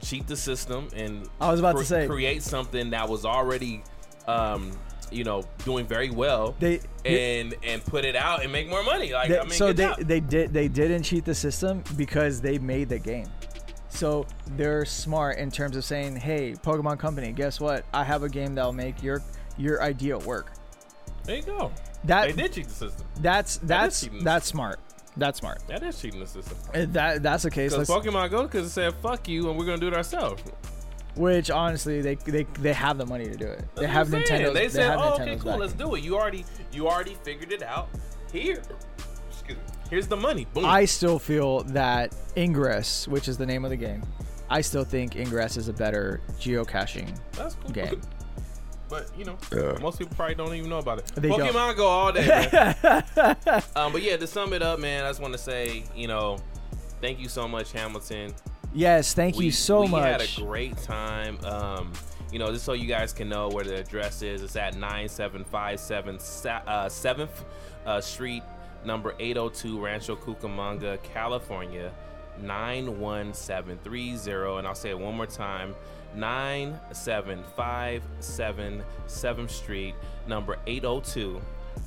B: cheat the system and
A: I was about to say.
B: create something that was already, um, you know, doing very well.
A: They-
B: and and put it out and make more money. Like,
A: They-
B: I mean,
A: so
B: good
A: they,
B: job.
A: they did they didn't cheat the system because they made the game. So they're smart in terms of saying, "Hey, Pokemon Company, guess what? I have a game that'll make your your idea work."
B: there you go.
A: That-
B: they did cheat the system.
A: That's that's
B: cheating.
A: that's smart. That's smart.
B: That is cheating the system.
A: If that that's the case.
B: Because
A: let's-
B: Pokemon Go, because it said "fuck you" and we're gonna do it ourselves.
A: Which honestly, they, they they have the money to do it. They
B: That's
A: have
B: what I'm saying.
A: Nintendo.
B: They said,
A: have
B: "Oh, okay,
A: Nintendo's
B: cool,
A: backing."
B: let's do it." You already, you already figured it out. Here, Excuse me. here's the money. Boom.
A: I still feel that Ingress, which is the name of the game, I still think Ingress is a better geocaching
B: That's cool.
A: game.
B: But you know, most people probably don't even know about it.
A: They don't.
B: Pokemon Go all day. Man. um, but yeah, to sum it up, man, I just want to say, you know, thank you so much, Hamilton.
A: Yes, thank
B: we,
A: you so
B: we
A: much.
B: had a great time. Um, you know, just so you guys can know where the address is, it's at 9757 Sa- uh, 7th uh, Street, number 802, Rancho Cucamonga, California, 91730. oh. And I'll say it one more time 9757 7th Street, number 802.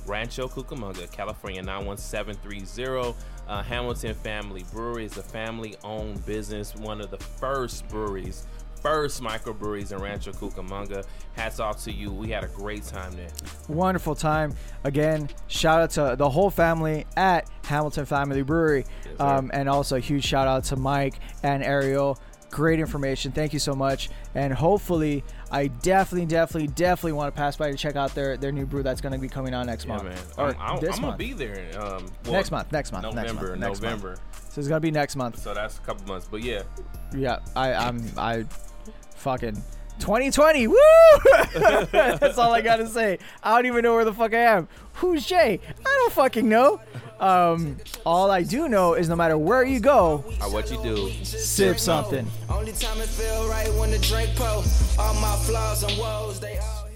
B: Rancho Cucamonga, California 91730. Uh, Hamilton Family Brewery is a family owned business, one of the first breweries, first microbreweries in Rancho Cucamonga. Hats off to you. We had a great time there.
A: wonderful time. Again, shout out to the whole family at Hamilton Family Brewery.
B: sir.
A: um, and also, a huge shout out to Mike and Ariel. Great information. Thank you so much. And hopefully, I definitely, definitely, definitely want to pass by to check out their, their new brew that's going to be coming out next
B: Yeah,
A: month.
B: man.
A: Or
B: I'm, I'm,
A: this
B: I'm
A: month.
B: gonna be there. Um, well,
A: next month. Next month.
B: November.
A: next month, next month.
B: November.
A: So it's going to be next month.
B: So that's a couple months. But yeah,
A: Yeah. I, I'm, I fucking. 2020, woo! That's all I gotta say. I don't even know where the fuck I am. Who's Jay? I don't fucking know. Um, all I do know is no matter where you go,
B: uh, what you do.
A: sip something.
E: Only time it feel right when the drink pour. All my flaws and woes, they all.